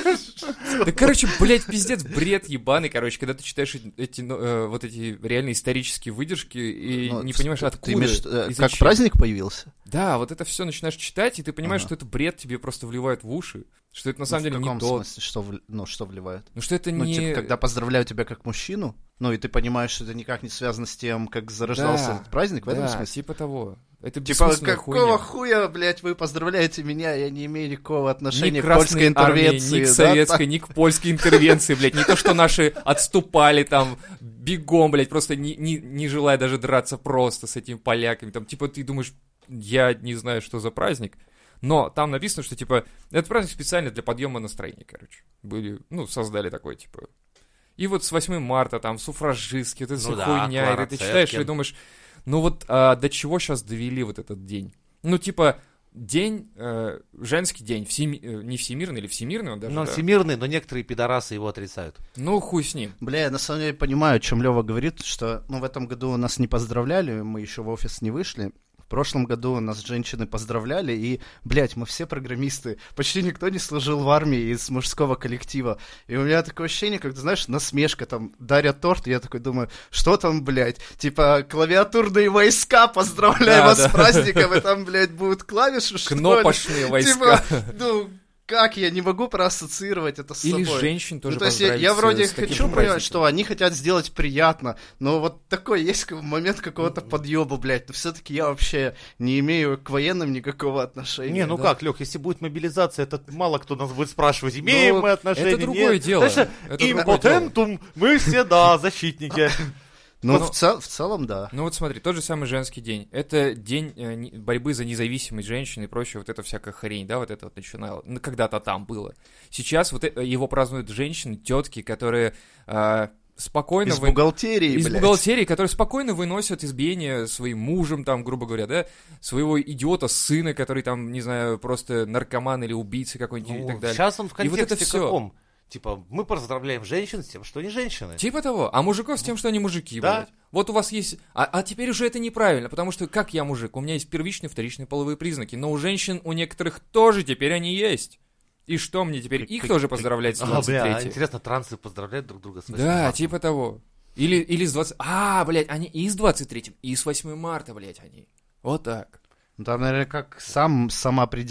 [SPEAKER 1] да. Да, короче, блядь, пиздец, бред ебаный, короче, когда ты читаешь эти, ну, э, вот эти реально исторические выдержки и
[SPEAKER 3] Ну,
[SPEAKER 1] не понимаешь,
[SPEAKER 3] ты- ты
[SPEAKER 1] откуда
[SPEAKER 3] имеешь, э,
[SPEAKER 1] и
[SPEAKER 3] Как
[SPEAKER 1] зачем.
[SPEAKER 3] праздник появился?
[SPEAKER 1] Да, вот это все начинаешь читать, и ты понимаешь,
[SPEAKER 3] Ага.
[SPEAKER 1] что это бред тебе просто вливают в уши. Что это на
[SPEAKER 3] Ну,
[SPEAKER 1] самом деле
[SPEAKER 3] В
[SPEAKER 1] не
[SPEAKER 3] каком
[SPEAKER 1] то.
[SPEAKER 3] смысле? Что вл- Ну, что вливает?
[SPEAKER 1] Ну что это
[SPEAKER 3] Ну,
[SPEAKER 1] не...
[SPEAKER 3] типа, когда поздравляю тебя как мужчину, ну, и ты понимаешь, что это никак не связано с тем, как зарождался
[SPEAKER 1] Да,
[SPEAKER 3] этот праздник, в этом
[SPEAKER 1] да,
[SPEAKER 3] смысле?
[SPEAKER 1] типа того. Это
[SPEAKER 3] Типа,
[SPEAKER 1] бессмысленная
[SPEAKER 3] какого
[SPEAKER 1] хуйня.
[SPEAKER 3] хуя, блядь, вы поздравляете меня, я не имею никакого
[SPEAKER 1] Ни
[SPEAKER 3] отношения к
[SPEAKER 1] красной
[SPEAKER 3] польской
[SPEAKER 1] интервенции,
[SPEAKER 3] интервенции,
[SPEAKER 1] ни к
[SPEAKER 3] да,
[SPEAKER 1] советской, ни к польской интервенции, блядь. Не то, что наши отступали там бегом, блядь, просто не, не, не желая даже драться просто с этими поляками. Там, типа, ты думаешь, я не знаю, что за праздник. Но там написано, что, типа, этот праздник специально для подъема настроения, короче. Были, ну, создали такой, типа... И вот с 8 марта там суфражистки, вот эта
[SPEAKER 2] Ну
[SPEAKER 1] вся
[SPEAKER 2] да,
[SPEAKER 1] хуйня,
[SPEAKER 2] Клара
[SPEAKER 1] и ты читаешь и
[SPEAKER 2] Цеткин.
[SPEAKER 1] думаешь, ну вот а, до чего сейчас довели вот этот день? Ну, типа, день, э, женский день, всеми- э, не всемирный или всемирный он даже,
[SPEAKER 2] Но
[SPEAKER 1] да.
[SPEAKER 2] Ну, всемирный, но некоторые пидорасы его отрицают.
[SPEAKER 1] Ну, хуй с ним.
[SPEAKER 3] Бля, я на самом деле понимаю, о чем Лева говорит, что ну, в этом году нас не поздравляли, мы еще в офис не вышли. В прошлом году нас женщины поздравляли, и, блядь, мы все программисты. Почти никто не служил в армии из мужского коллектива. И у меня такое ощущение, как, ты знаешь, насмешка, там, дарят торт, и я такой думаю, что там, блядь? Типа, клавиатурные войска, поздравляю
[SPEAKER 1] Да,
[SPEAKER 3] вас
[SPEAKER 1] да.
[SPEAKER 3] с праздником, и там, блядь, будут клавиши, что ли?
[SPEAKER 1] Кнопочные войска.
[SPEAKER 3] Типа, ну, как я не могу проассоциировать это с
[SPEAKER 1] Или
[SPEAKER 3] собой?
[SPEAKER 1] женщин тоже
[SPEAKER 3] Ну, то есть я,
[SPEAKER 1] поздравить
[SPEAKER 3] я
[SPEAKER 1] с-
[SPEAKER 3] вроде
[SPEAKER 1] с таким
[SPEAKER 3] хочу
[SPEAKER 1] же
[SPEAKER 3] понимать,
[SPEAKER 1] праздником.
[SPEAKER 3] что они хотят сделать приятно, но вот такой есть как- момент какого-то подъеба, блядь. Но все-таки я вообще не имею к военным никакого отношения.
[SPEAKER 2] Не, ну
[SPEAKER 1] да.
[SPEAKER 2] как, Лех, если будет мобилизация, это мало кто нас будет спрашивать, имеем
[SPEAKER 1] Ну,
[SPEAKER 2] мы отношения,
[SPEAKER 1] это другое
[SPEAKER 2] нет.
[SPEAKER 1] дело.
[SPEAKER 2] Знаешь,
[SPEAKER 1] Это другое
[SPEAKER 2] импотентум, мы все, да, защитники.
[SPEAKER 3] Ну,
[SPEAKER 1] Ну,
[SPEAKER 3] в, цел- в целом, да.
[SPEAKER 1] Ну вот смотри, тот же самый женский день. Это день э, не- борьбы за независимость женщин и прочее, вот эта всякая хрень, да, вот это вот начинало. Ну, когда-то там было. Сейчас вот э- его празднуют женщины, тетки, которые э, спокойно...
[SPEAKER 3] Из
[SPEAKER 1] вы-
[SPEAKER 3] бухгалтерии,
[SPEAKER 1] из
[SPEAKER 3] блядь.
[SPEAKER 1] бухгалтерии, которые спокойно выносят избиение своим мужем, там, грубо говоря, да, своего идиота сына, который там, не знаю, просто наркоман или убийца какой-нибудь
[SPEAKER 2] Ну,
[SPEAKER 1] и так далее.
[SPEAKER 2] сейчас он в
[SPEAKER 1] И вот
[SPEAKER 2] контексте
[SPEAKER 1] это всё.
[SPEAKER 2] каком? Типа, мы поздравляем женщин с тем, что они женщины.
[SPEAKER 1] Типа того. А мужиков с тем, что они мужики,
[SPEAKER 2] Да.
[SPEAKER 1] блядь. Вот у вас есть... А, а теперь уже это неправильно, потому что как я мужик? У меня есть первичные, вторичные половые признаки. Но у женщин, у некоторых тоже теперь они есть. И что мне теперь? Их тоже поздравлять с
[SPEAKER 2] А,
[SPEAKER 1] 23
[SPEAKER 2] бля, а интересно, трансы поздравляют друг друга с А 8
[SPEAKER 1] Да,
[SPEAKER 2] марта?
[SPEAKER 1] типа того. Или, или с 20... А, блядь, они и с 23 и с 8 марта, блядь, они. Вот так.
[SPEAKER 3] Ну, Там, наверное, как сам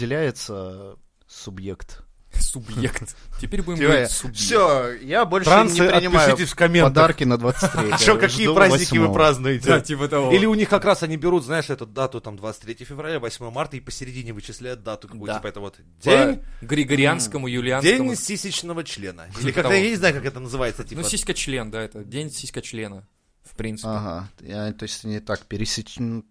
[SPEAKER 3] самоопределяется субъект.
[SPEAKER 1] Субъект. Теперь будем
[SPEAKER 3] Типа,
[SPEAKER 1] говорить субъект.
[SPEAKER 3] Все, я больше
[SPEAKER 2] Трансы
[SPEAKER 3] не принимаю
[SPEAKER 2] отпишитесь в комментах. А
[SPEAKER 3] подарки на
[SPEAKER 1] А
[SPEAKER 3] 23
[SPEAKER 2] Чё, какие праздники вы
[SPEAKER 1] Да,
[SPEAKER 2] празднуете?
[SPEAKER 1] типа того.
[SPEAKER 2] Или у них как раз они берут, знаешь, эту дату там 23 февраля, 8 марта и посередине вычисляют дату
[SPEAKER 1] Да.
[SPEAKER 2] какую-то, типа это вот день,
[SPEAKER 1] По Григорианскому, юлианскому.
[SPEAKER 2] день сисечного члена. Или
[SPEAKER 1] Типа
[SPEAKER 2] как-то,
[SPEAKER 1] того.
[SPEAKER 2] я не знаю, как это называется, типа.
[SPEAKER 1] Ну, сиська-член, да, это день сиська-члена. В принципе.
[SPEAKER 3] Ага, я, то есть не так пересечен.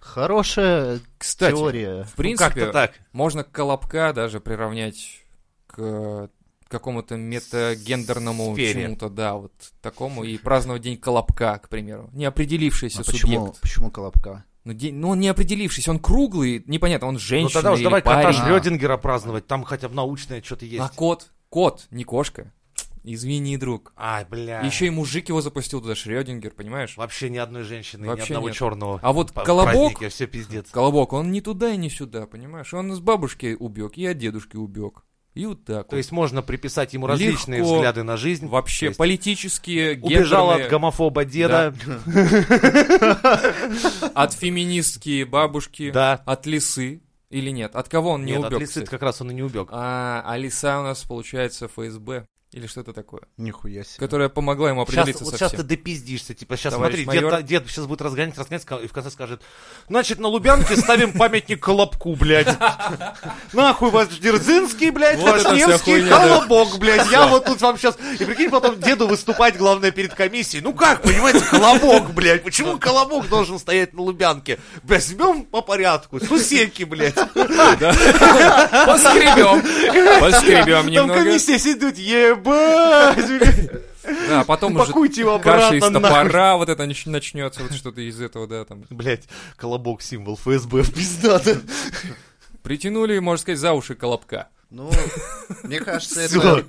[SPEAKER 3] Хорошая
[SPEAKER 1] Кстати,
[SPEAKER 3] теория.
[SPEAKER 1] в
[SPEAKER 2] Ну,
[SPEAKER 1] принципе,
[SPEAKER 2] как-то так.
[SPEAKER 1] можно колобка даже приравнять к какому-то метагендерному
[SPEAKER 2] Сфере.
[SPEAKER 1] чему-то, да, вот такому, и праздновать день колобка, к примеру. Неопределившийся
[SPEAKER 3] А
[SPEAKER 1] субъект.
[SPEAKER 3] почему, почему Колобка?
[SPEAKER 1] Ну, день, ну, он не определившийся, он круглый, непонятно, он женщина
[SPEAKER 2] Ну тогда уж
[SPEAKER 1] или
[SPEAKER 2] давай кота
[SPEAKER 1] парень.
[SPEAKER 2] Шрёдингера праздновать, там хотя бы научное что-то
[SPEAKER 1] А
[SPEAKER 2] есть.
[SPEAKER 1] кот, кот, не кошка. Извини, друг.
[SPEAKER 2] Ай, бля.
[SPEAKER 1] Еще и мужик его запустил туда, Шрёдингер, понимаешь?
[SPEAKER 2] Вообще ни одной женщины, ни
[SPEAKER 1] Вообще
[SPEAKER 2] одного
[SPEAKER 1] нет.
[SPEAKER 2] черного.
[SPEAKER 1] А вот колобок,
[SPEAKER 2] все пиздец.
[SPEAKER 1] колобок, он не туда и не сюда, понимаешь? Он из бабушки убег, и от дедушки убег. И вот так
[SPEAKER 2] То
[SPEAKER 1] вот.
[SPEAKER 2] есть можно приписать ему различные
[SPEAKER 1] Легко.
[SPEAKER 2] взгляды на жизнь.
[SPEAKER 1] Вообще,
[SPEAKER 2] То есть
[SPEAKER 1] политические,
[SPEAKER 2] убежал от
[SPEAKER 1] гендерные,
[SPEAKER 2] гомофоба деда.
[SPEAKER 1] от феминистки бабушки,
[SPEAKER 2] Да.
[SPEAKER 1] от лисы или нет? От кого он не
[SPEAKER 2] Нет,
[SPEAKER 1] убег?
[SPEAKER 2] от лисы
[SPEAKER 1] кстати?
[SPEAKER 2] как раз он и не убег.
[SPEAKER 1] А, а лиса у нас получается ФСБ или что-то такое,
[SPEAKER 3] Нихуя себе.
[SPEAKER 1] которая помогла ему
[SPEAKER 2] Сейчас,
[SPEAKER 1] определиться
[SPEAKER 2] вот
[SPEAKER 1] со
[SPEAKER 2] сейчас
[SPEAKER 1] всем.
[SPEAKER 2] ты допиздишься, типа, сейчас
[SPEAKER 1] Товарищ
[SPEAKER 2] смотри,
[SPEAKER 1] майор.
[SPEAKER 2] дед, сейчас будет разгонять, разгонять, ска- и в конце скажет, значит, на Лубянке ставим памятник Колобку, блядь. Нахуй вас Дерзинский, блядь,
[SPEAKER 1] Вот это вся
[SPEAKER 2] Вашневский,
[SPEAKER 1] хуйня, да.
[SPEAKER 2] Колобок, блядь, я вот тут вам сейчас... И прикинь, потом деду выступать, главное, перед комиссией. Ну как, понимаете, Колобок, блядь, почему Колобок должен стоять на Лубянке? Возьмем по порядку, сусеки, блядь.
[SPEAKER 1] Поскребем, поскребем
[SPEAKER 2] Там
[SPEAKER 1] немного.
[SPEAKER 2] комиссия сидит, ебать, блядь,
[SPEAKER 1] Да, а потом уже
[SPEAKER 2] пакуйте его
[SPEAKER 1] каша из
[SPEAKER 2] обратно, нахуй.
[SPEAKER 1] топора, вот это нач- начнется, вот что-то из этого, да, там.
[SPEAKER 2] Блять, колобок символ ФСБ в пиздата.
[SPEAKER 1] Притянули, можно сказать, за уши колобка.
[SPEAKER 3] Ну, мне кажется,
[SPEAKER 2] Всё.
[SPEAKER 3] это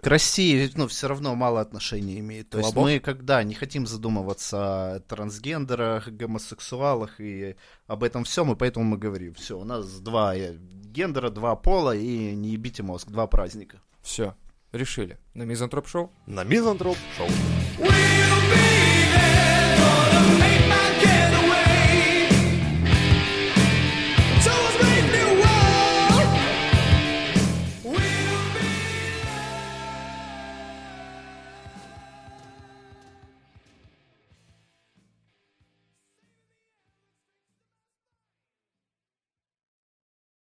[SPEAKER 3] к России, ну, все равно мало отношений имеет. То есть
[SPEAKER 1] Колобок?
[SPEAKER 3] мы, когда не хотим задумываться о трансгендерах, гомосексуалах и об этом всем, и поэтому мы говорим, все, у нас два э, гендера, два пола, и не ебите мозг, два праздника.
[SPEAKER 1] Все, решили. На мизантроп-шоу.
[SPEAKER 2] На Мизантроп Шоу.
[SPEAKER 5] We're